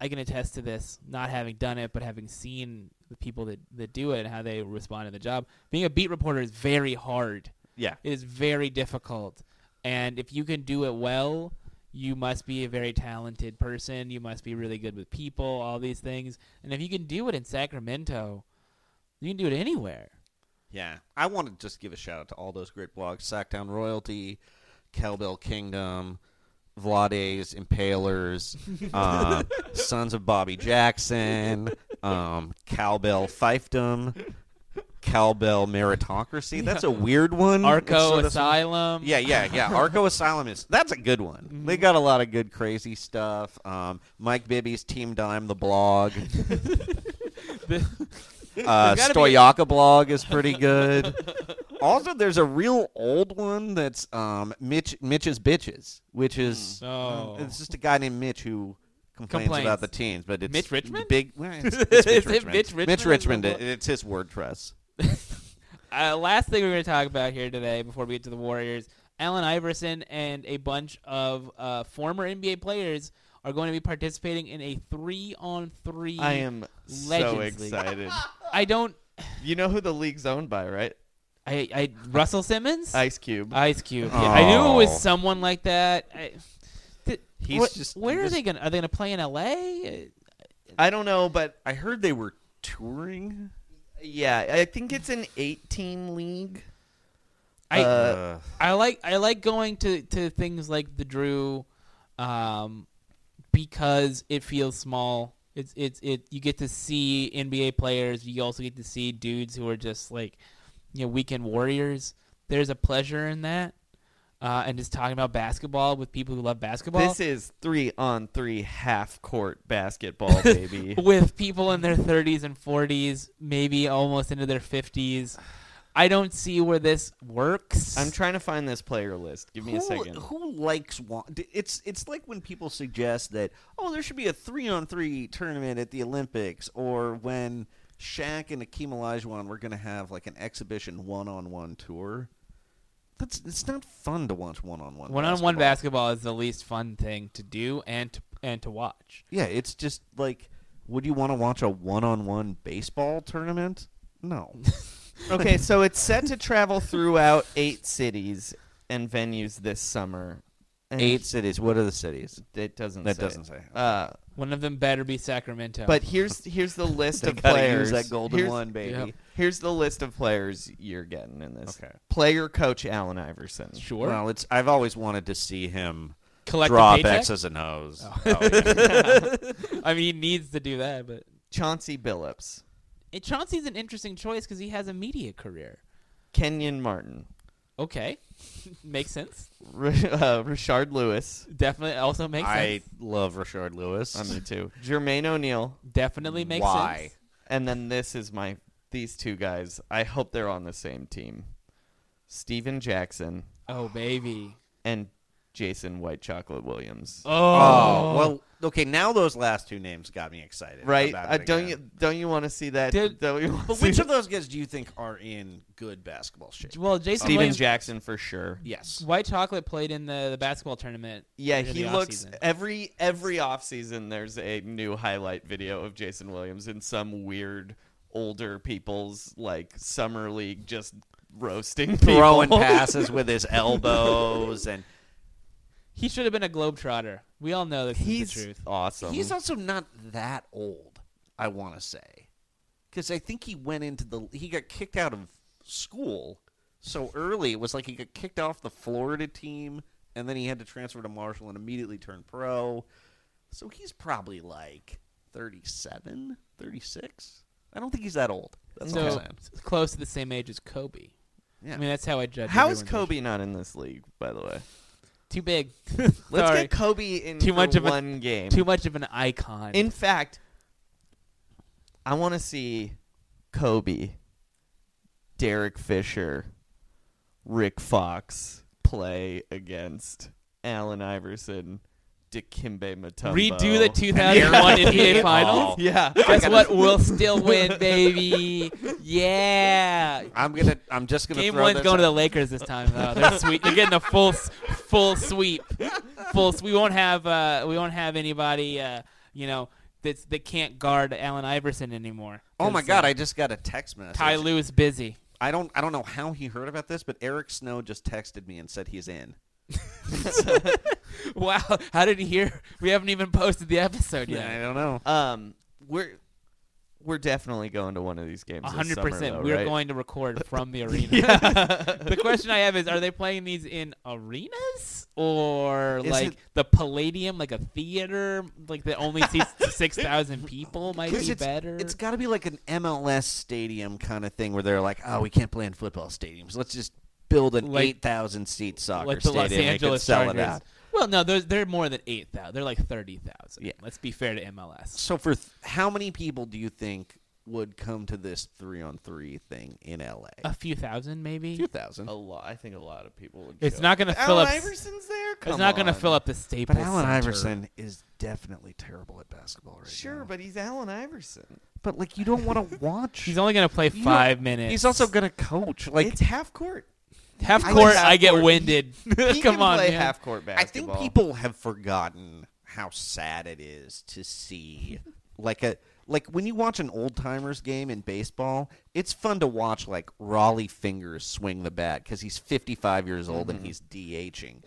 C: I can attest to this, not having done it, but having seen the people that, that do it and how they respond to the job. Being a beat reporter is very hard.
B: yeah
C: It is very difficult. And if you can do it well, you must be a very talented person. You must be really good with people, all these things. And if you can do it in Sacramento, you can do it anywhere.
B: yeah i want to just give a shout out to all those great blogs sacktown royalty cowbell kingdom Vlades, Impalers, uh, Sons of Bobby Jackson, um, Cowbell Fiefdom, Cowbell Meritocracy. That's a weird one. It's
C: Arco
B: sort of-
C: Asylum.
B: Yeah, yeah, yeah. Arco Asylum is that's a good one.
C: Mm-hmm.
B: They got a lot of good crazy stuff. Um, Mike Bibby's Team Dime, the blog.
F: Uh,
C: gotta be-
F: Stoyaka blog is pretty good.
B: Also, there's a real old one that's um, Mitch Mitch's bitches, which is um,
C: Oh.
B: it's just a guy named Mitch who complains,
C: Complains.
B: about the teens, but it's
C: Mitch Richmond?
B: Big, well, it's, it's
C: Is
B: Mitch
C: it
B: Richmond.
C: Mitch Richmond is
B: Mitch
C: the
B: Richmond.
C: one?
B: it- it's his WordPress.
C: uh, last thing we're going to talk about here today before we get to the Warriors, Allen Iverson and a bunch of uh, former NBA players are going to be participating in a three-on-three.
D: I am so
C: Legends League.
D: excited.
C: I don't.
D: you know who the league's owned by, right?
C: I. I. Russell Simmons.
D: Ice Cube.
C: Ice Cube. yeah. I knew it was someone like that. I, th-
D: Oh. He's
C: what-
D: just-
C: Where are
D: this-
C: they going? to Are they going to play in L.A.?
D: I don't know, but
B: I heard they were touring.
D: yeah, I think it's an 18 league. Uh,
C: I.
B: uh,
C: I like I like going to, to things like the Drew, um, because it feels small. It's it's it. You get to see NBA players. You also get to see dudes who are just like, you know, weekend warriors. There's a pleasure in that, uh, and just talking about basketball with people who love basketball.
D: this is three on three half court basketball, baby.
C: with people in their 30s and 40s, maybe almost into their 50s. I don't see where this works.
D: I'm trying to find this player list. Give me
B: who,
D: a second.
B: who likes wa- d It's it's like when people suggest that oh there should be a three on three tournament at the Olympics, or when Shaq and Akeem Olajuwon were going to have like an exhibition one on one tour. That's it's not fun to watch one on one.
C: One on one basketball is the least fun thing to do and to, and to watch.
B: Yeah, it's just like, would you want to watch a one on one baseball tournament? No.
D: Okay, so it's set to travel throughout eight cities and venues this summer. And
B: Eight cities. What are the cities?
D: It doesn't.
B: That
D: say.
B: doesn't say.
D: Uh,
C: One of them better be Sacramento.
D: but here's here's the list of
B: gotta
D: players.
B: use that golden
D: here's,
B: one, baby.
C: Yep.
D: Here's the list of players you're getting in this.
B: Okay.
D: Player coach Allen Iverson.
C: sure,
B: Well, it's. I've always wanted to see him
C: collect a
B: drop
C: paycheck?
B: X's and O's.
C: I mean, he needs to do that. But
D: Chauncey Billups.
C: it, Chauncey's an interesting choice because he has a media career.
D: Kenyon Martin.
C: Okay, makes sense.
D: R- uh, Richard Lewis.
C: Definitely, also makes
B: I
C: sense.
B: love Richard Lewis.
D: I'm me too. Jermaine O'Neal.
C: Definitely makes
B: Why?
C: sense.
D: And then this is my these two guys. I hope they're on the same team. Steven Jackson
C: Oh baby.
D: and Jason White Chocolate Williams.
B: Oh well, okay. Now those last two names got me excited.
D: right?
B: about
D: Uh,
B: it
D: don't you
B: again.
D: don't you want to see that?
C: Did-
D: don't you wanna
B: But
D: see
B: which
D: that?
B: of those guys do you think are in good basketball shape?
C: Well, Jason
D: Steven
C: Williams-
D: Jackson for sure.
B: Yes.
C: White Chocolate played in the, the basketball tournament.
D: Yeah,
C: in
D: he
C: the
D: looks
C: offseason.
D: every every offseason there's a new highlight video of Jason Williams in some weird older people's like summer league just roasting people.
B: Throwing passes with his elbows and
C: He should have been a globetrotter. We all know this
D: He's
C: is the truth.
D: awesome.
B: He's also not that old, I want to say, because I think he went into the he got kicked out of school so early. It was like he got kicked off the Florida team, and then he had to transfer to Marshall and immediately turn pro. So he's probably like 37, 36. I don't think he's that old. That's all I'm
C: so
B: saying.
C: it's close to the same age as Kobe.
B: Yeah.
C: I mean, that's how I judge.
D: How is
C: everyone's age.
D: Kobe not in this league, by the way?
C: Too big.
D: Let's
C: Sorry.
D: get Kobe in
C: Too
D: for
C: much of a-
D: one game.
C: Too much of an icon.
D: In fact, I want to see Kobe, Derek Fisher, Rick Fox play against Allen Iverson, Dikembe Mutombo.
C: Redo the 2001 NBA Finals.
D: Yeah.
C: Guess what? We'll still win, baby. Yeah.
B: I'm gonna. I'm just gonna.
C: Game
B: throw
C: one's
B: this
C: going to
B: out.
C: the Lakers this time, though. They're sweet. They're getting a full, s- full sweep. Full. s- We won't have. Uh, we won't have anybody. Uh, you know, that's that can't guard Allen Iverson anymore.
B: Oh my
C: 'Cause,
B: God!
C: uh,
B: I just got a text message.
C: Ty Lue is busy.
B: I don't. I don't know how he heard about this, but Eric Snow just texted me and said he's in.
C: Wow. How did he hear? We haven't even posted the episode yet.
B: I don't know.
D: Um, we're we're definitely going to one of these games.
C: A
D: this
C: hundred
D: summer,
C: percent.
D: though,
C: We're
D: right?
C: going to record from the arena. the question I have is: Are they playing these in arenas or
B: Is
C: like
B: it-
C: the Palladium, like a theater, like that only seats six thousand people? Might
B: Because
C: be
B: it's,
C: better.
B: It's got to be like an MLS stadium kind of thing where they're like, oh, we can't play in football stadiums. Let's just build an
C: Like-
B: 8,000 seat soccer
C: like the
B: stadium
C: Los
B: and they can
C: Angeles
B: sell it
C: Chargers.
B: out.
C: Well, no, they're, they're more than eight thousand. They're like thirty thousand.
B: Yeah.
C: Let's be fair to MLS.
B: So, for th- how many people do you think would come to this three on three thing in LA?
C: A few thousand, maybe.
B: Two thousand.
D: A lot. I think a lot of people would.
C: It's
D: show
C: not
D: up.
C: gonna fill
D: Allen
C: up s-
D: Iverson's there. Come
C: It's not going to
D: on.
C: fill up the Staples.
B: But Allen
C: Center.
B: Iverson is definitely terrible at basketball right
D: Sure,
B: now.
D: but he's Allen Iverson.
B: but like you don't want to watch.
C: He's only going to play
B: You don't-
C: five minutes.
B: He's also gonna coach. Like
D: it's half court.
C: half
D: I guess
C: court.
D: half
C: I get
D: court.
C: winded.
D: He
C: Come
D: can
C: on,
D: play
C: man.
D: half court
B: I think
D: basketball.
B: people have forgotten how sad it is to see like a like when you watch an old timers game in baseball, it's fun to watch like Raleigh Fingers swing the bat because he's 55 years old and he's DHing.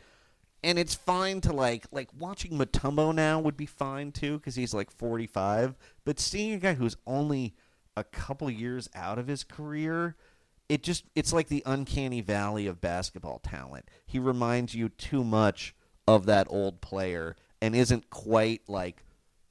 B: And it's fine to like like watching Matumbo now would be fine too because he's like 45. But seeing a guy who's only a couple years out of his career, it just it's like the uncanny valley of basketball talent. He reminds you too much of that old player and isn't quite like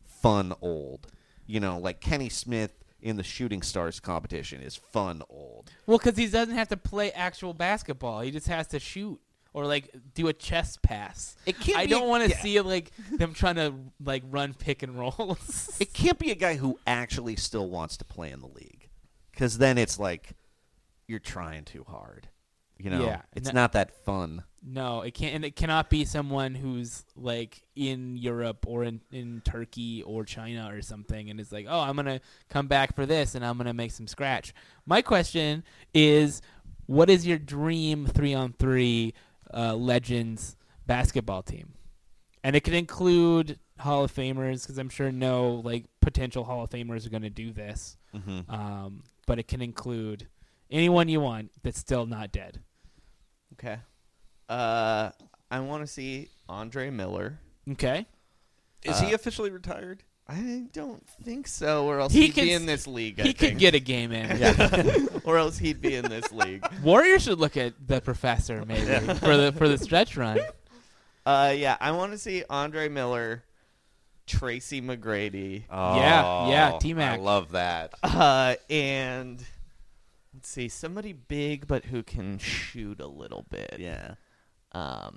B: fun old. You know, like Kenny Smith in the shooting stars competition is fun old.
C: Well, because he doesn't have to play actual basketball. He just has to shoot or like do a chest pass.
B: It can't
C: I
B: be-
C: don't want to
B: yeah.
C: see like them trying to like run pick and rolls.
B: It can't be a guy who actually still wants to play in the league cuz then it's like you're trying too hard. You know,
C: Yeah,
B: it's
C: no-
B: not that fun.
C: no, it can't. And it cannot be someone who's like in Europe or in in Turkey or China or something, and is like, oh, I'm gonna come back for this, and I'm gonna make some scratch. My question is, what is your dream three on three uh, legends basketball team? and it could include Hall of Famers because I'm sure no like potential Hall of Famers are going to do this. Um, but it can include anyone you want that's still not dead.
D: Okay. Uh, I want to see Andre Miller. Uh,
C: Okay,
B: Is he officially retired?
D: I don't think so, or else
C: He
D: he would
C: can
D: be
C: s-
D: in this league. I
C: he could
D: think.
C: get a game in. Yeah.
D: or else he'd be in this league.
C: Warrior should look at the professor maybe for the for the stretch run.
D: Uh, yeah, I want to see Andre Miller, Tracy McGrady,
C: yeah, yeah, T
B: I
C: Mac.
B: love that.
D: uh, and let's see, somebody big but who can shoot a little bit.
B: Yeah.
D: Um,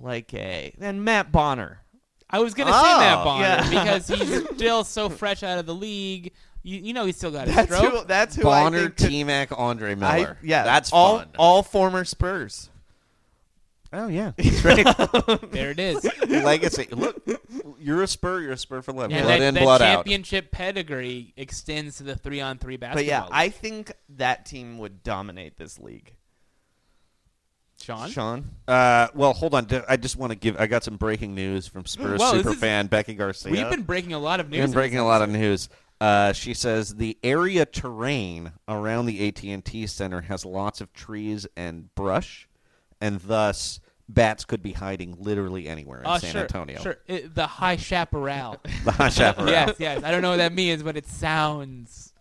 D: like a then Matt Bonner.
C: I was gonna say Matt
D: Oh,
C: Bonner
D: yeah.
C: because he's still so fresh out of the league. You, you know he's still got a
D: That's
C: stroke.
D: who. That's who I
B: Bonner,
D: think could-
B: T Mac, Andre
D: I-
B: Miller.
D: yeah,
B: that's
D: all.
B: fun.
D: All former Spurs.
B: oh yeah, that's right.
C: There it is.
B: Legacy. Look, you're a spur. You're a spur for life.
C: Yeah,
F: Blood
C: that,
F: in,
C: that
F: blood out.
C: championship pedigree extends to the three on three basketball.
D: But yeah,
C: league.
D: I think that team would dominate this league.
C: Sean.
D: Sean,
B: Uh, well, hold on. D- I just want to give. I got some breaking news from Spurs
C: Whoa, this
B: super
C: is-
B: fan Becky Garcia.
C: We've been breaking a lot of
B: We've
C: news.
B: been
C: in
B: breaking
C: this
B: a lot of news. Uh, she says the area terrain around the AT&T Center has lots of trees and brush, and thus bats could be hiding literally anywhere in
C: episode. Uh,
B: San
C: sure,
B: Antonio.
C: Sure. It- the High Chaparral.
B: The hot chaparral.
C: yes, yes. I don't know what that means, but it sounds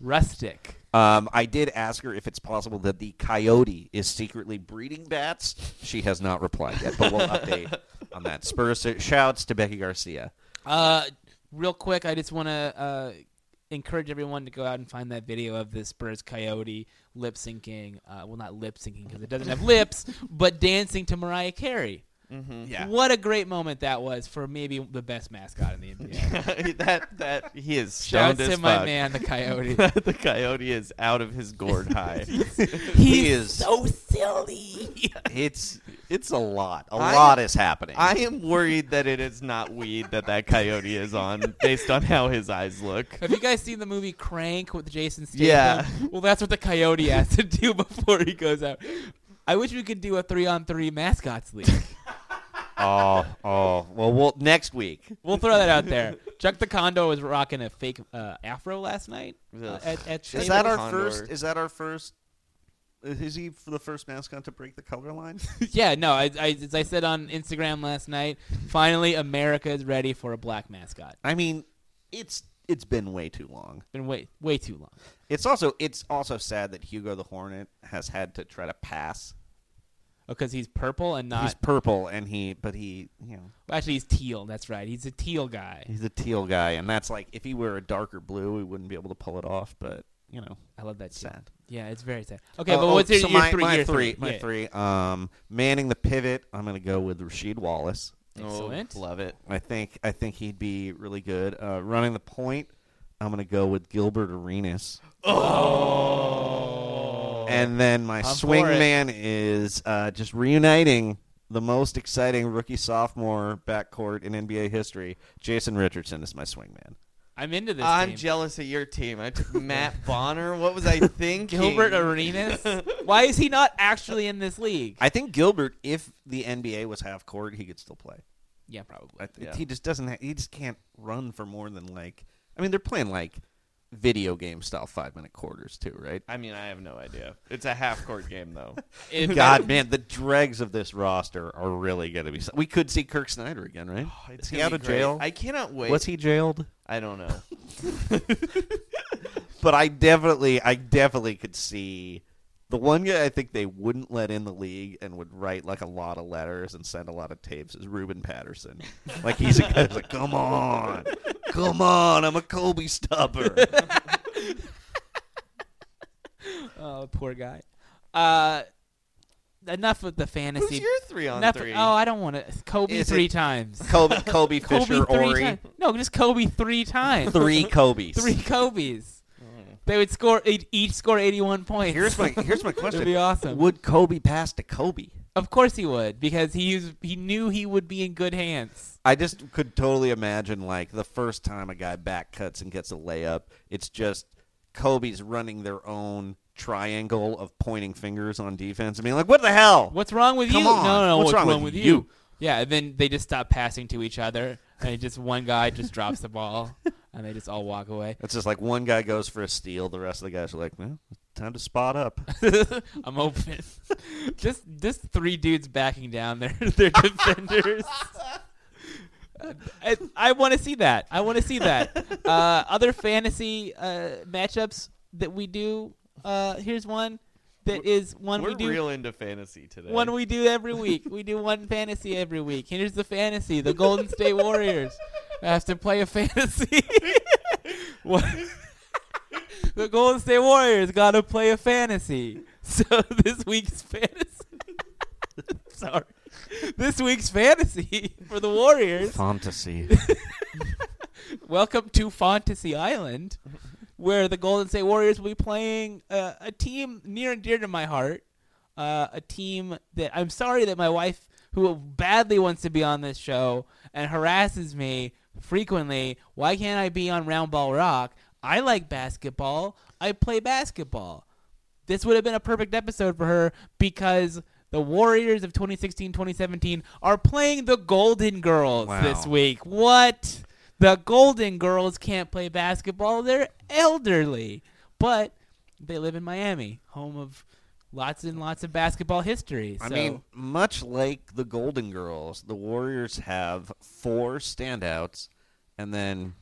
C: rustic.
B: Um, I did ask her if it's possible that the coyote is secretly breeding bats. She has not replied yet, but we'll update on that. Spurs uh, shouts to Becky Garcia.
C: Uh, real quick, I just want to uh, encourage everyone to go out and find that video of the Spurs Coyote lip syncing. Uh, well, not lip syncing because it doesn't have lips, but dancing to Mariah Carey.
B: Yeah.
C: What a great moment that was for maybe the best mascot in the NBA.
D: that that he is
C: Shout
D: stoned
C: to
D: as
C: my
D: fuck.
C: man, the Coyote.
D: the coyote is out of his gourd high.
B: He is so silly. It's it's a lot. A
D: I-
B: lot is happening.
D: I am worried that it is not weed that that coyote is on, based on how his eyes look.
C: Have you guys seen the movie Crank with Jason Statham?
D: Yeah.
C: Well, that's what the coyote has to do before he goes out. I wish we could do a three-on-three mascots league.
B: oh, oh. Well, we'll next week.
C: We'll throw that out there. Chuck the Condo was rocking a fake uh, afro last night. Uh,
D: Ugh.
C: at, at
B: Is
D: Is
B: that
D: that
B: our
D: Condor.
B: first? Is that our first? Is he the first mascot to break the color line?
C: yeah, no. I, I, as I said on Instagram last night, finally America is ready for a black mascot.
B: I mean, it's it's been way too long.
C: Been way way too long.
B: It's also it's also sad that Hugo the Hornet has had to try to pass.
C: Because Oh, he's purple and not.
B: he's purple and he but he, you know,
C: actually, he's teal. That's right. He's a teal guy.
B: he's a teal guy and that's like if he were a darker blue, we wouldn't be able to pull it off, but you know,
C: I love that. Too.
B: sad.
C: Yeah, it's very sad. Okay,
B: Oh,
C: but
B: oh,
C: what's your,
B: so
C: your
B: my,
C: three?
B: my
C: your
B: three, my
C: Yeah.
B: three. Um manning the pivot, I'm going to go with Rasheed Wallace.
D: Oh,
C: Excellent.
D: love it.
B: I think I think he'd be really good uh, running the point. I'm gonna go with Gilbert Arenas. Oh. And then my
C: I'm
B: swing
C: for it.
B: man is uh, just reuniting the most exciting rookie sophomore backcourt in NBA history. Jason Richardson is my swing man.
C: I'm into this.
D: I'm
C: team.
D: jealous of your team. I took Matt Bonner. What was I thinking?
C: Gilbert Arenas. Why is he not actually in this league?
B: I think Gilbert, if the NBA was half court, he could still play.
C: yeah, probably.
B: I th- He just doesn't. Ha- he just can't run for more than like. I mean, they're playing like video game style five minute quarters too, right?
D: I mean, I have no idea. It's a half court game though.
C: If-
B: God, man, the dregs of this roster are really going to be. We could see Kirk Snyder again, right? Is he
D: Oh, gonna
B: out
D: be
B: of
D: great.
B: jail?
D: I cannot wait.
B: Was he jailed?
D: I don't know.
B: But I definitely, I definitely could see the one guy I think they wouldn't let in the league and would write like a lot of letters and send a lot of tapes is Ruben Patterson. Like he's a guy that's like, come on, come on, I'm a Kobe stopper.
C: Oh, poor guy. Uh, enough with the fantasy.
D: Who's your three on
C: enough,
D: three?
C: Oh, I don't want to. Kobe
B: Is
C: three
B: it-
C: times.
B: Kobe, Kobe
C: Kobe
B: Fisher,
C: three
B: Ori,
C: times. No, just Kobe three times.
B: three Kobe's.
C: three Kobe's. They would score each, each score 81 points.
B: Here's my here's my question.
C: be awesome.
B: Would Kobe pass to Kobe?
C: of course he would because he is, he knew he would be in good hands.
B: I just could totally imagine like the first time a guy back cuts and gets a layup, it's just Kobe's running their own triangle of pointing fingers on defense and being like, "What the hell?"
C: What's wrong with
B: Come
C: you?
B: on.
C: No, no, no,
B: What's wrong with
C: with, you?
B: you?
C: Yeah, and then they just stop passing to each other and it just one guy just drops the ball and they just all walk away.
B: It's just like one guy goes for a steal, the rest of the guys are like, "Well, time to spot up."
C: I'm open. just just three dudes backing down their their defenders. I, I want to see that. I want to see that. Uh, other fantasy uh, matchups that we do. Uh, here's one that is one
D: We're
C: we do
D: real into fantasy today.
C: one we do every week. We do one fantasy every week. Here's the fantasy: the Golden State Warriors have to play a fantasy. what? the Golden State Warriors got to play a fantasy. So this week's fantasy. Sorry. This week's fantasy for the Warriors.
B: Fantasy.
C: Welcome to Fantasy Island, where the Golden State Warriors will be playing uh, a team near and dear to my heart. Uh, a team that I'm sorry that my wife, who badly wants to be on this show and harasses me frequently, why can't I be on Round Ball Rock? I like basketball. I play basketball this would have been a perfect episode for her because the Warriors of 2016 2017 are playing the Golden Girls
B: Wow.
C: this week. What? The Golden Girls can't play basketball. They're elderly. But they live in Miami, home of lots and lots of basketball history.
B: I
C: so-
B: mean, much like the Golden Girls, the Warriors have four standouts and then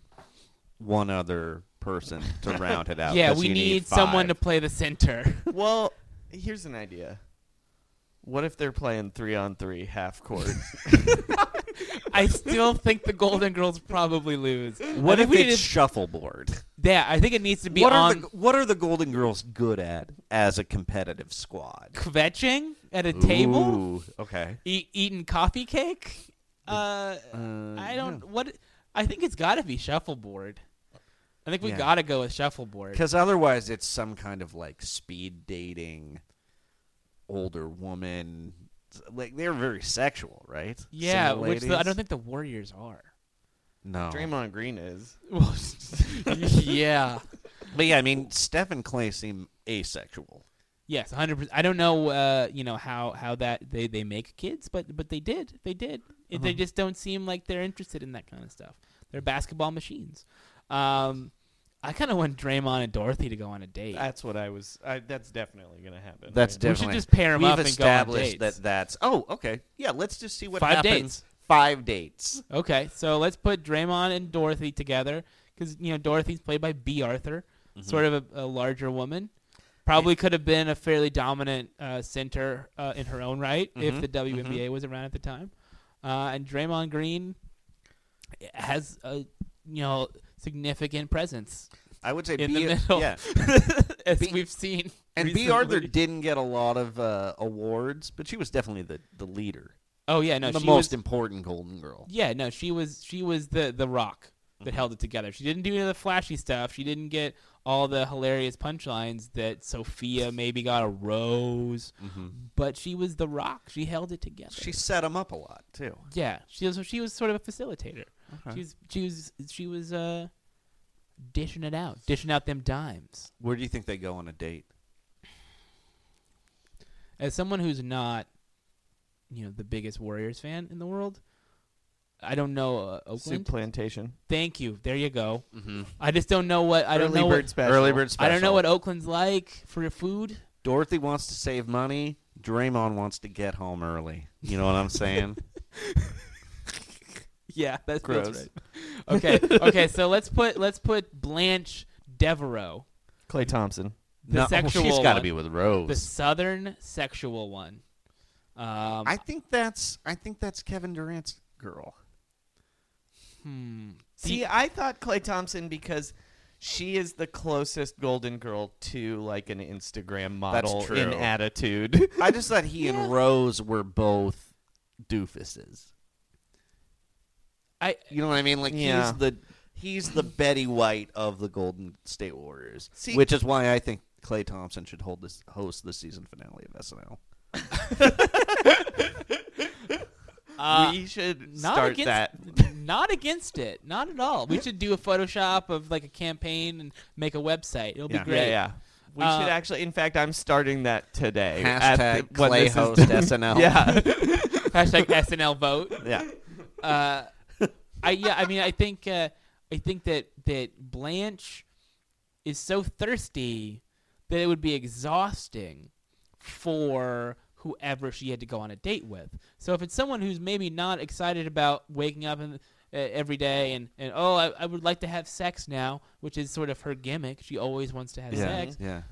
B: one other person to round it out.
C: yeah,
B: 'cause
C: we
B: you
C: need,
B: five.
C: someone to play the center.
D: Well, here's an idea. What if they're playing three on three half court?
C: I still think the Golden Girls probably lose.
B: What
C: I
B: if
C: think we
B: it's
C: need to-
B: shuffleboard?
C: yeah, I think it needs to be
B: What are,
C: on
B: the, what are the Golden Girls good at as a competitive squad?
C: kvetching at a table.
B: Ooh, okay.
C: Eat, E-, eating coffee cake? Uh, I don't. What? I think it's got to be shuffleboard. I think we
B: Yeah.
C: got to go with shuffleboard.
B: Because otherwise, it's some kind of like speed dating, older woman. Like they're very sexual, right? Some
C: Yeah,
B: of the
C: which the, I
B: ladies?
C: don't think the Warriors are.
B: No.
D: Draymond Green is.
C: Well, yeah.
B: But yeah, I mean, Steph and Clay seem asexual.
C: Yes, 100%. I don't know, uh, you know, how, how that they, they make kids, but but they did. They did. It They just don't seem like they're interested in that kind of stuff. They're basketball machines. Um, I kind of want Draymond and Dorothy to go on a date.
D: That's what I was. I, that's definitely gonna happen.
B: That's
C: We should
B: definitely.
C: just pair 'em
B: We've
C: up and go on
B: established
C: dates.
B: that that's. Oh, okay. Yeah, let's just see what
C: Five
B: happens.
C: dates.
B: Five dates.
C: Okay, so let's put Draymond and Dorothy together because you know Dorothy's played by B. Arthur, sort of a, a larger woman. Probably could have been a fairly dominant uh, center uh, in her own right if the WNBA was around at the time. Uh, and Draymond Green has a you know significant presence
B: I would say
C: in
B: B,
C: the middle,
B: Yeah,
C: as
B: B-
C: we've seen.
B: and
C: recently.
B: B. Arthur didn't get a lot of uh, awards, but she was definitely the the leader,
C: Oh yeah, no,
B: the
C: she
B: most
C: was,
B: important Golden Girl.
C: Yeah, no, she was she was the the rock. that held it together. She didn't do any of the flashy stuff. She didn't get all the hilarious punchlines that Sophia maybe got a rose, but she was the rock. She held it together.
B: She set him up a lot too.
C: yeah, she was. She was sort of a facilitator. She was. She was. She was. Uh, dishing it out, dishing out them dimes.
B: Where do you think they go on a date?
C: as someone who's not, you know, the biggest Warriors fan in the world, I don't know uh,
D: Soup
C: Oakland.
D: plantation.
C: Thank you. There you go. I just don't know what I don't
D: Early
C: know.
D: bird
C: what,
D: special.
B: Early bird
C: Mm-hmm. I don't
B: special.
C: know what Oakland's like for your food.
B: Dorothy wants to save money. Draymond wants to get home early. You know what I'm saying?
C: Yeah, that's
D: Gross.
C: That's right. Okay, okay. So let's put let's put Blanche Devereaux,
D: Clay Thompson.
C: The sexual
B: she's gotta
C: one.
B: be with
C: the
B: Rose.
C: Southern sexual one. Um,
B: I think that's I think that's Kevin Durant's girl.
D: See, I thought Clay Thompson because she is the closest Golden Girl to like an Instagram model
B: true.
D: in attitude.
B: I just thought he and Rose were both doofuses.
C: I
B: You know what I mean? Like
D: Yeah.
B: he's the he's the Betty White of the Golden State Warriors,
D: See-
B: which is why I think Clay Thompson should hold this host the season finale of SNL.
C: uh,
D: we should
C: not
D: start
C: against
D: that.
C: not against it not at all we should do a photoshop of like a campaign and make a website it'll be great
D: Yeah, yeah. We
C: Uh,
D: should actually. In fact, I'm starting that today. at
B: Hashtag
D: the- when
B: Clay
D: this is
B: host
D: done.
B: SNL.
D: Yeah.
C: hashtag snl vote
D: yeah.
C: uh, I yeah, I mean, I think uh, I think that that Blanche is so thirsty that it would be exhausting for whoever she had to go on a date with. So if it's someone who's maybe not excited about waking up and uh, every day and, and oh I, I would like to have sex now which is sort of her gimmick she always wants to have sex
B: Yeah.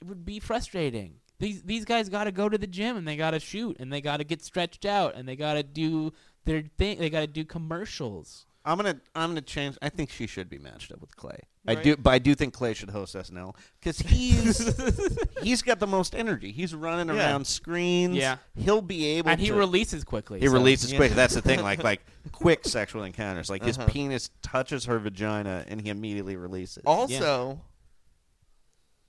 C: it would be frustrating. These these guys got to go to the gym and they got to shoot and they got to get stretched out and they got to do their thing. They got to do commercials.
B: I'm gonna I'm gonna change. I think she should be matched up with Clay. I do, but I do think Clay should host SNL because he's he's got the most energy. He's running
D: Yeah.
B: around screens.
C: Yeah.
B: he'll be able.
C: And he
B: to,
C: releases quickly.
B: He
C: so-
B: releases quick. That's the thing. Like like quick sexual encounters. Like his penis touches her vagina and he immediately releases.
D: Also,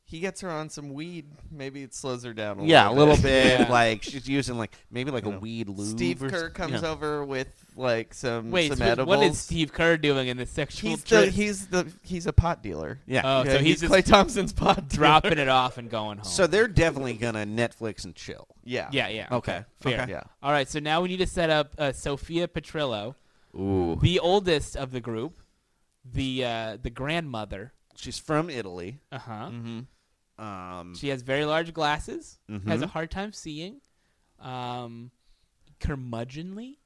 D: he gets her on some weed. Maybe it slows her down a little.
B: yeah, a
D: bit.
B: little bit.
C: Yeah.
B: Like she's using like maybe like a weed lube.
D: Steve
B: or
D: Kerr
B: s- you
D: comes
B: know.
D: over with like some
C: Wait,
D: some
C: so
D: edibles.
C: what is Steve Kerr doing in the sexual?
D: He's the
C: trip?
D: he's the he's a pot dealer.
B: Yeah.
D: Yeah,
C: Oh, so he's,
D: he's,
C: just
D: Clay Thompson's pot dealer.
C: dropping it off and going home.
B: so they're definitely gonna Netflix and chill.
D: Yeah.
C: yeah, yeah.
B: Okay.
C: Fair.
D: Okay. Yeah.
C: All right. So now we need to set up uh, Sophia Petrillo,
B: Ooh,
C: the oldest of the group, the uh, the grandmother.
B: she's from Italy.
C: Uh huh.
D: Uh-huh.
B: Um,
C: She has very large glasses. Has
B: Mm-hmm.
C: a hard time seeing. Um, curmudgeonly.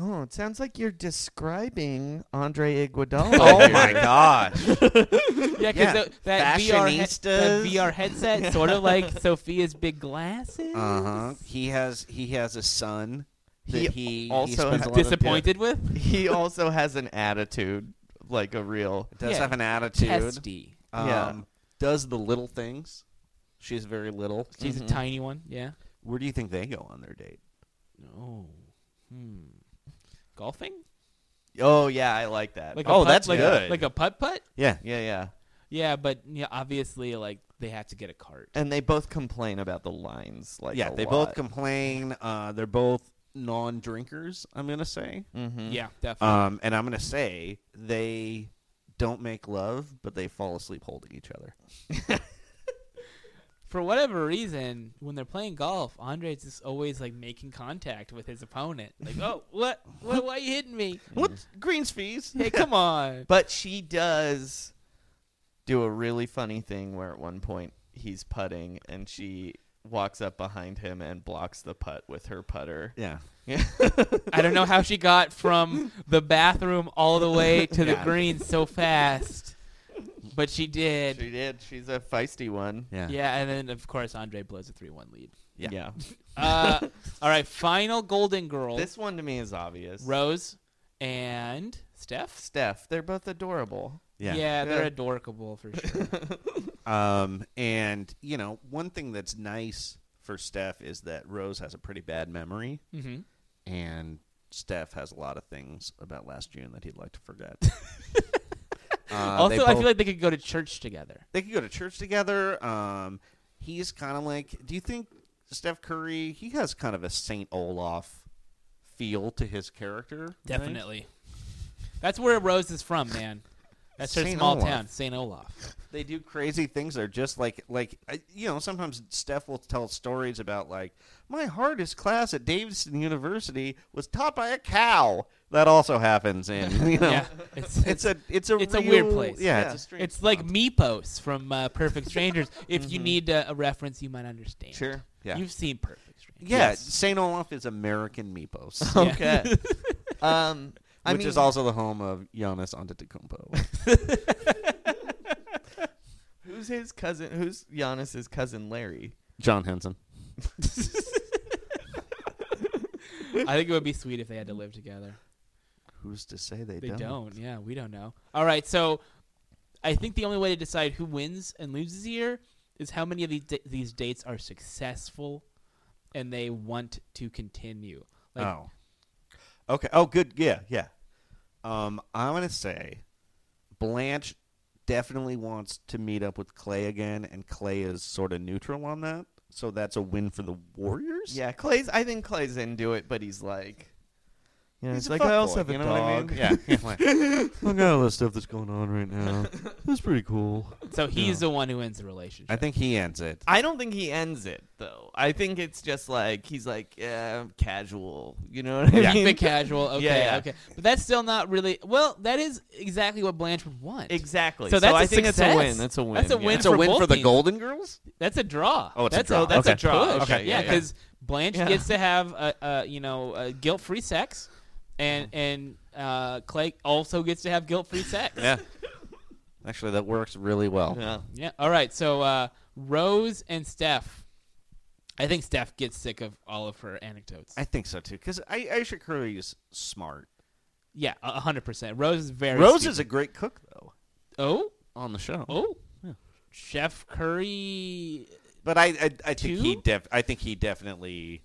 D: Oh, it sounds like you're describing Andre Iguodala.
B: oh
D: here.
B: my gosh.
C: Yeah, because
B: Yeah.
C: that, VR head- that
B: Fashionistas.
C: VR headset, sort of like Sophia's big glasses.
B: Uh huh. He has he has a son that
D: He
B: he, he
D: also
B: spends
D: ha-
B: a lot of-
C: Disappointed with
D: He also has an attitude, like a real.
B: yeah. does
C: Yeah.
B: have an attitude.
C: testy.
B: Um,
D: Yeah.
B: Does the little things. She's very little.
C: She's a tiny one. Yeah.
B: Where do you think they go on their date?
C: No. Hmm. Golfing?
D: Oh yeah, I like that.
C: Like
B: Oh,
C: putt-
B: that's
C: like A,
B: good.
C: like a putt putt.
B: Yeah.
D: yeah, yeah.
C: Yeah, but yeah, obviously, like they have to get a cart.
D: And they both complain about the lines. Like
B: yeah.
D: a
B: They
D: lot.
B: both complain. Uh, they're both non-drinkers. I'm gonna say.
C: Yeah, definitely.
B: Um, and I'm gonna say they don't make love, but they fall asleep holding each other.
C: for whatever reason, when they're playing golf, Andre's just always like making contact with his opponent. Like, oh, what? what why are you hitting me?
B: What greens fees?
C: Hey, come on.
D: But she does do a really funny thing where at one point he's putting and she walks up behind him and blocks the putt with her putter.
B: Yeah.
C: I don't know how she got from the bathroom all the way to the green so fast, but she did.
D: She did. She's a feisty one.
B: Yeah.
C: yeah, and then of course Andre blows a three-one lead.
D: Yeah.
C: Uh, all right, final Golden Girl,
D: This one to me is obvious.
C: Rose and Steph.
D: Steph, they're both adorable.
B: Yeah.
C: they're adorkable for sure.
B: Um, and you know, one thing that's nice for Steph is that Rose has a pretty bad memory,
C: Mhm.
B: and Steph has a lot of things about last June that he'd like to forget. Uh,
C: also, I feel like they could go to church together.
B: they could go to church together. Um, he's kind of like, do you think Steph Curry? He has kind of a Saint Olaf feel to his character. right?
C: Definitely. That's where Rose is from, man. That's her
B: Saint
C: small
B: Olaf.
C: town, St. Olaf.
B: they do crazy things. They're just like like I- you know. Sometimes Steph will tell stories about like my hardest class at Davidson University was taught by a cow. That also happens in you know.
C: Yeah, it's,
B: It's a it's a
C: it's a weird
B: real-
C: place.
B: Yeah, it's a strange
C: It's like Meepos from uh, Perfect Strangers. If you need uh, a reference, you might understand.
B: Mm-hmm. Sure, yeah.
C: You've seen Perfect Strangers.
B: Yeah, St. Olaf is American Meepos,
D: Okay. um, I
B: which
D: mean,
B: is also the home of Giannis Antetokounmpo.
D: who's his cousin? Who's Giannis's cousin Larry?
B: John Henson.
C: I think it would be sweet if they had to live together.
B: Who's to say they,
C: They
B: don't?
C: don't. Yeah, we don't know. All right, so I think the only way to decide who wins and loses here is how many of these da- these dates are successful and they want to continue. Like,
B: oh. Okay. Oh, good. Yeah, yeah. Um, I'm gonna say, Blanche definitely wants to meet up with Clay again, and Clay is sort of neutral on that, so that's a win for the Warriors.
D: Yeah, Clay's. I think Clay's into it, but he's like, you know,
B: He's
D: he's
B: a
D: like I
B: fuckboy,
D: also have a
B: you know what I mean?
D: dog.
B: Yeah. yeah, like,
E: I got all that stuff that's going on right now. That's pretty cool.
C: so he's the one who ends the relationship.
B: I think he ends it.
D: I don't think he ends it though. I think it's just like he's like yeah, I'm casual. You know what I
C: yeah.
D: mean?
C: the casual. Okay,
D: Yeah, yeah.
C: okay. But that's still not really. Well, that is exactly what Blanche would want.
D: Exactly.
C: So that's
D: I
C: a
D: think it's a
C: success.
D: win. That's a win.
C: That's a
D: yeah.
C: win.
B: It's a
C: for
B: win
C: both
B: for the
C: teams.
B: Golden Girls.
C: That's a draw.
B: Oh, it's a
C: that's
B: draw.
C: that's a
B: Okay.
C: draw.
D: Okay,
C: yeah,
D: yeah, yeah.
C: because Blanche
D: Yeah.
C: gets to have a, a you know a guilt-free sex, and
D: Mm-hmm.
C: and uh, Clay also gets to have guilt-free sex.
B: Yeah. Actually, that works really well.
D: Yeah.
C: Yeah. All right. So uh, Rose and Steph. I think Steph gets sick of all of her anecdotes.
B: I think so too, because I Aisha Curry is smart.
C: yeah, a hundred percent. Rose is very.
B: Rose
C: sweet.
B: is a great cook, though,
C: oh
B: on the show.
C: oh. Chef Curry.
B: But I, I, I think he
C: Two?
B: def, I think he definitely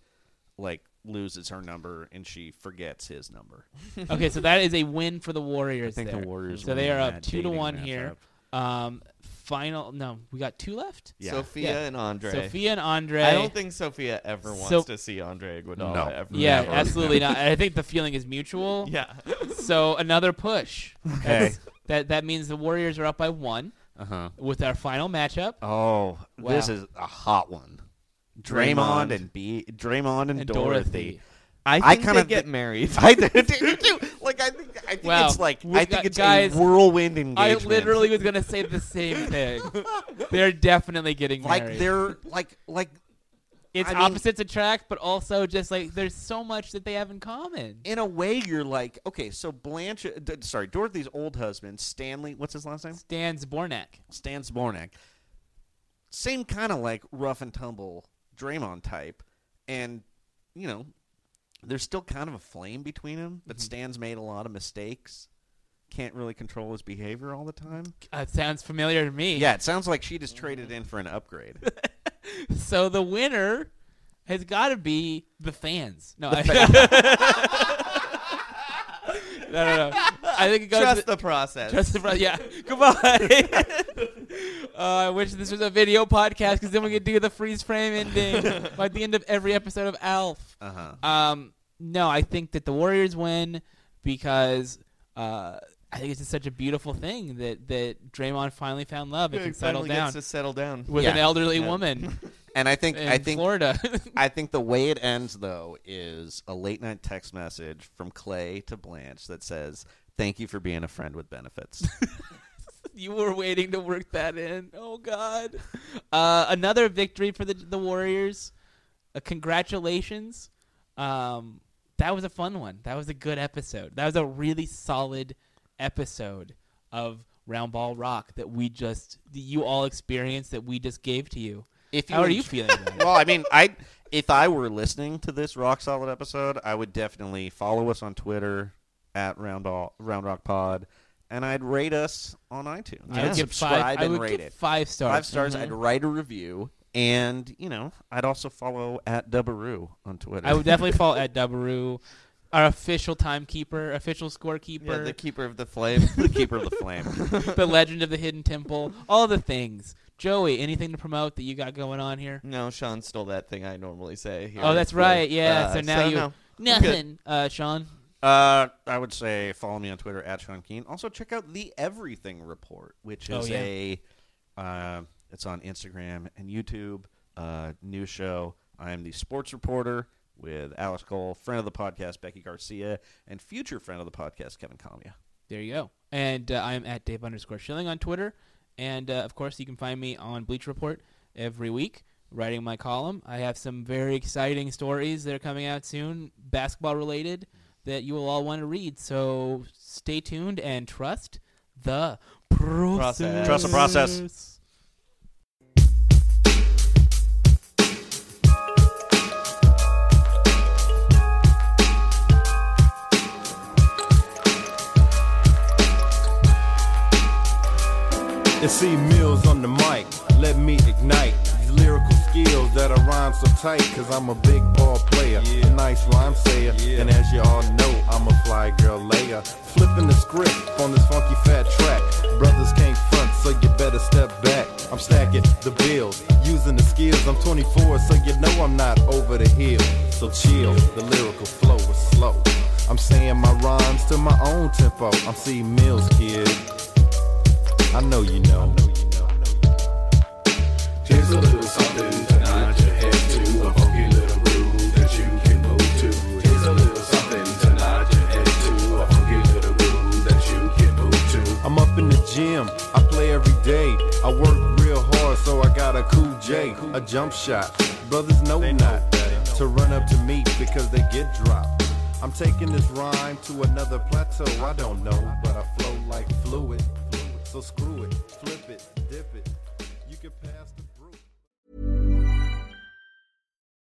B: like loses her number and she forgets his number.
C: Okay, so that is a win for the Warriors.
B: think the
C: there.
B: Warriors
C: So
B: win
C: they are up
B: that
C: two to
B: dating
C: one here. Um, final. No, we got two left.
B: Yeah.
D: Sophia
C: Yeah.
D: and Andre.
C: Sophia and Andre.
D: I don't think Sophia ever wants
C: So-
D: to see Andre Iguodala
B: No.
D: ever.
C: Yeah,
D: ever.
C: absolutely not. I think the feeling is mutual.
D: Yeah.
C: So another push.
B: Okay.
C: That that means the Warriors are up by one
B: Uh huh.
C: with our final matchup.
B: Oh, this
C: Wow.
B: is a hot one.
D: Draymond.
B: Draymond, and B, Draymond and,
C: And
B: Dorothy.
C: Dorothy.
D: I
B: I
D: think
B: kinda
D: they get
B: thi-
D: married.
B: I think you do. Like I think I think
C: Wow.
B: it's like
C: We
B: I think
C: got-
B: it's
C: guys,
B: a whirlwind engagement.
C: I literally was gonna say the same thing. They're definitely getting
B: like
C: married.
B: they're like like
C: it's
B: I mean-
C: opposites attract, but also just like there's so much that they have in common.
B: in a way you're like okay so Blanche d- sorry Dorothy's old husband Stanley what's his last name
C: Stan Zbornak.
B: Stan Zbornak, same kind of like rough and tumble Draymond type, and you know, there's still kind of a flame between them. But Stan's made a lot of mistakes, can't really control his behavior all the time. Mm-hmm.
C: Uh, sounds familiar to me.
B: Yeah, it sounds like she just traded in for an upgrade.
C: So the winner has got to be the fans. No, I, no, no, no. I think it goes
D: Trust
C: to-
D: the process.
C: Trust the pro- yeah. Goodbye. uh, I wish this was a video podcast because then we could do the freeze frame ending like the end of every episode of Alf. Uh-huh. Um, no, I think that the Warriors win because uh, I think it's just such a beautiful thing that that Draymond finally found love and
D: He
C: can settle
D: finally
C: down
D: Gets to settle down.
C: with an
B: Yeah.
C: elderly woman
B: and I think
C: in
B: I think
C: Florida.
B: I think the way it ends though is a late night text message from Clay to Blanche that says, "Thank you for being a friend with benefits."
C: you were waiting to work that in. Oh God! Uh, another victory for the the Warriors. Uh, congratulations. Um, that was a fun one. That was a good episode. That was a really solid episode of Round Ball Rock that we just that you all experienced that we just gave to you.
B: If you
C: How are
B: enj-
C: you feeling? About it?
B: well, I mean, I if I were listening to this rock solid episode, I would definitely follow us on Twitter at Round All Round Rock Pod, and I'd rate us on iTunes.
C: I
B: I'd
C: would give
B: subscribe
C: five, I
B: and
C: would
B: rate
C: give
B: it
C: five mm-hmm. stars.
B: five stars. I'd write a review, and you know, I'd also follow at Dubaroo on Twitter.
C: I would definitely follow at Dubaroo. Our official timekeeper, official scorekeeper,
D: Yeah, the keeper of the flame.
B: the keeper of the flame.
C: the legend of the hidden temple, all the things. Joey, anything to promote that you got going on here?
D: no, Sean stole that thing I normally say. Here
C: Oh, that's
D: But,
C: right. Yeah.
D: uh,
C: so now you
D: no. I'm good.
C: nothing, uh, Sean.
B: Uh, I would say follow me on Twitter at Sean Keen. Also check out the Everything Report, which
C: Oh,
B: is
C: yeah.
B: a uh, it's on Instagram and YouTube. Uh, new show. I am the sports reporter with Alex Cole, friend of the podcast Becky Garcia, and future friend of the podcast Kevin Comia.
C: There you go. And uh, I'm at Dave underscore Schilling on Twitter. And uh, of course, you can find me on Bleach Report every week, writing my column. I have some very exciting stories that are coming out soon, basketball related, that you will all want to read. So stay tuned and trust the process.
B: Trust the process.
G: It's see Mills on the mic. Let me ignite these lyrical skills that I rhyme so tight. Cause I'm a big ball player, nice rhyme sayer. And as you all know, I'm a fly girl layer. Flipping the script on this funky fat track. Brothers can't front, so you better step back. I'm stacking the bills, using the skills. I'm 24, so you know I'm not over the hill. So chill, the lyrical flow is slow. I'm saying my rhymes to my own tempo. I'm C Mills, kid. I know you know. Here's a little something to nod your head to, a funky little groove that you can move to. Here's a little something to nod your head to, a funky little groove that you can move to. I'm up in the gym, I play every day. I work real hard, so I got a cool J, a jump shot. Brothers know not to run up to me because they get dropped. I'm taking this rhyme to another plateau. I don't know, but I flow like fluid. So screw it, flip it, dip it. You can pass the brew.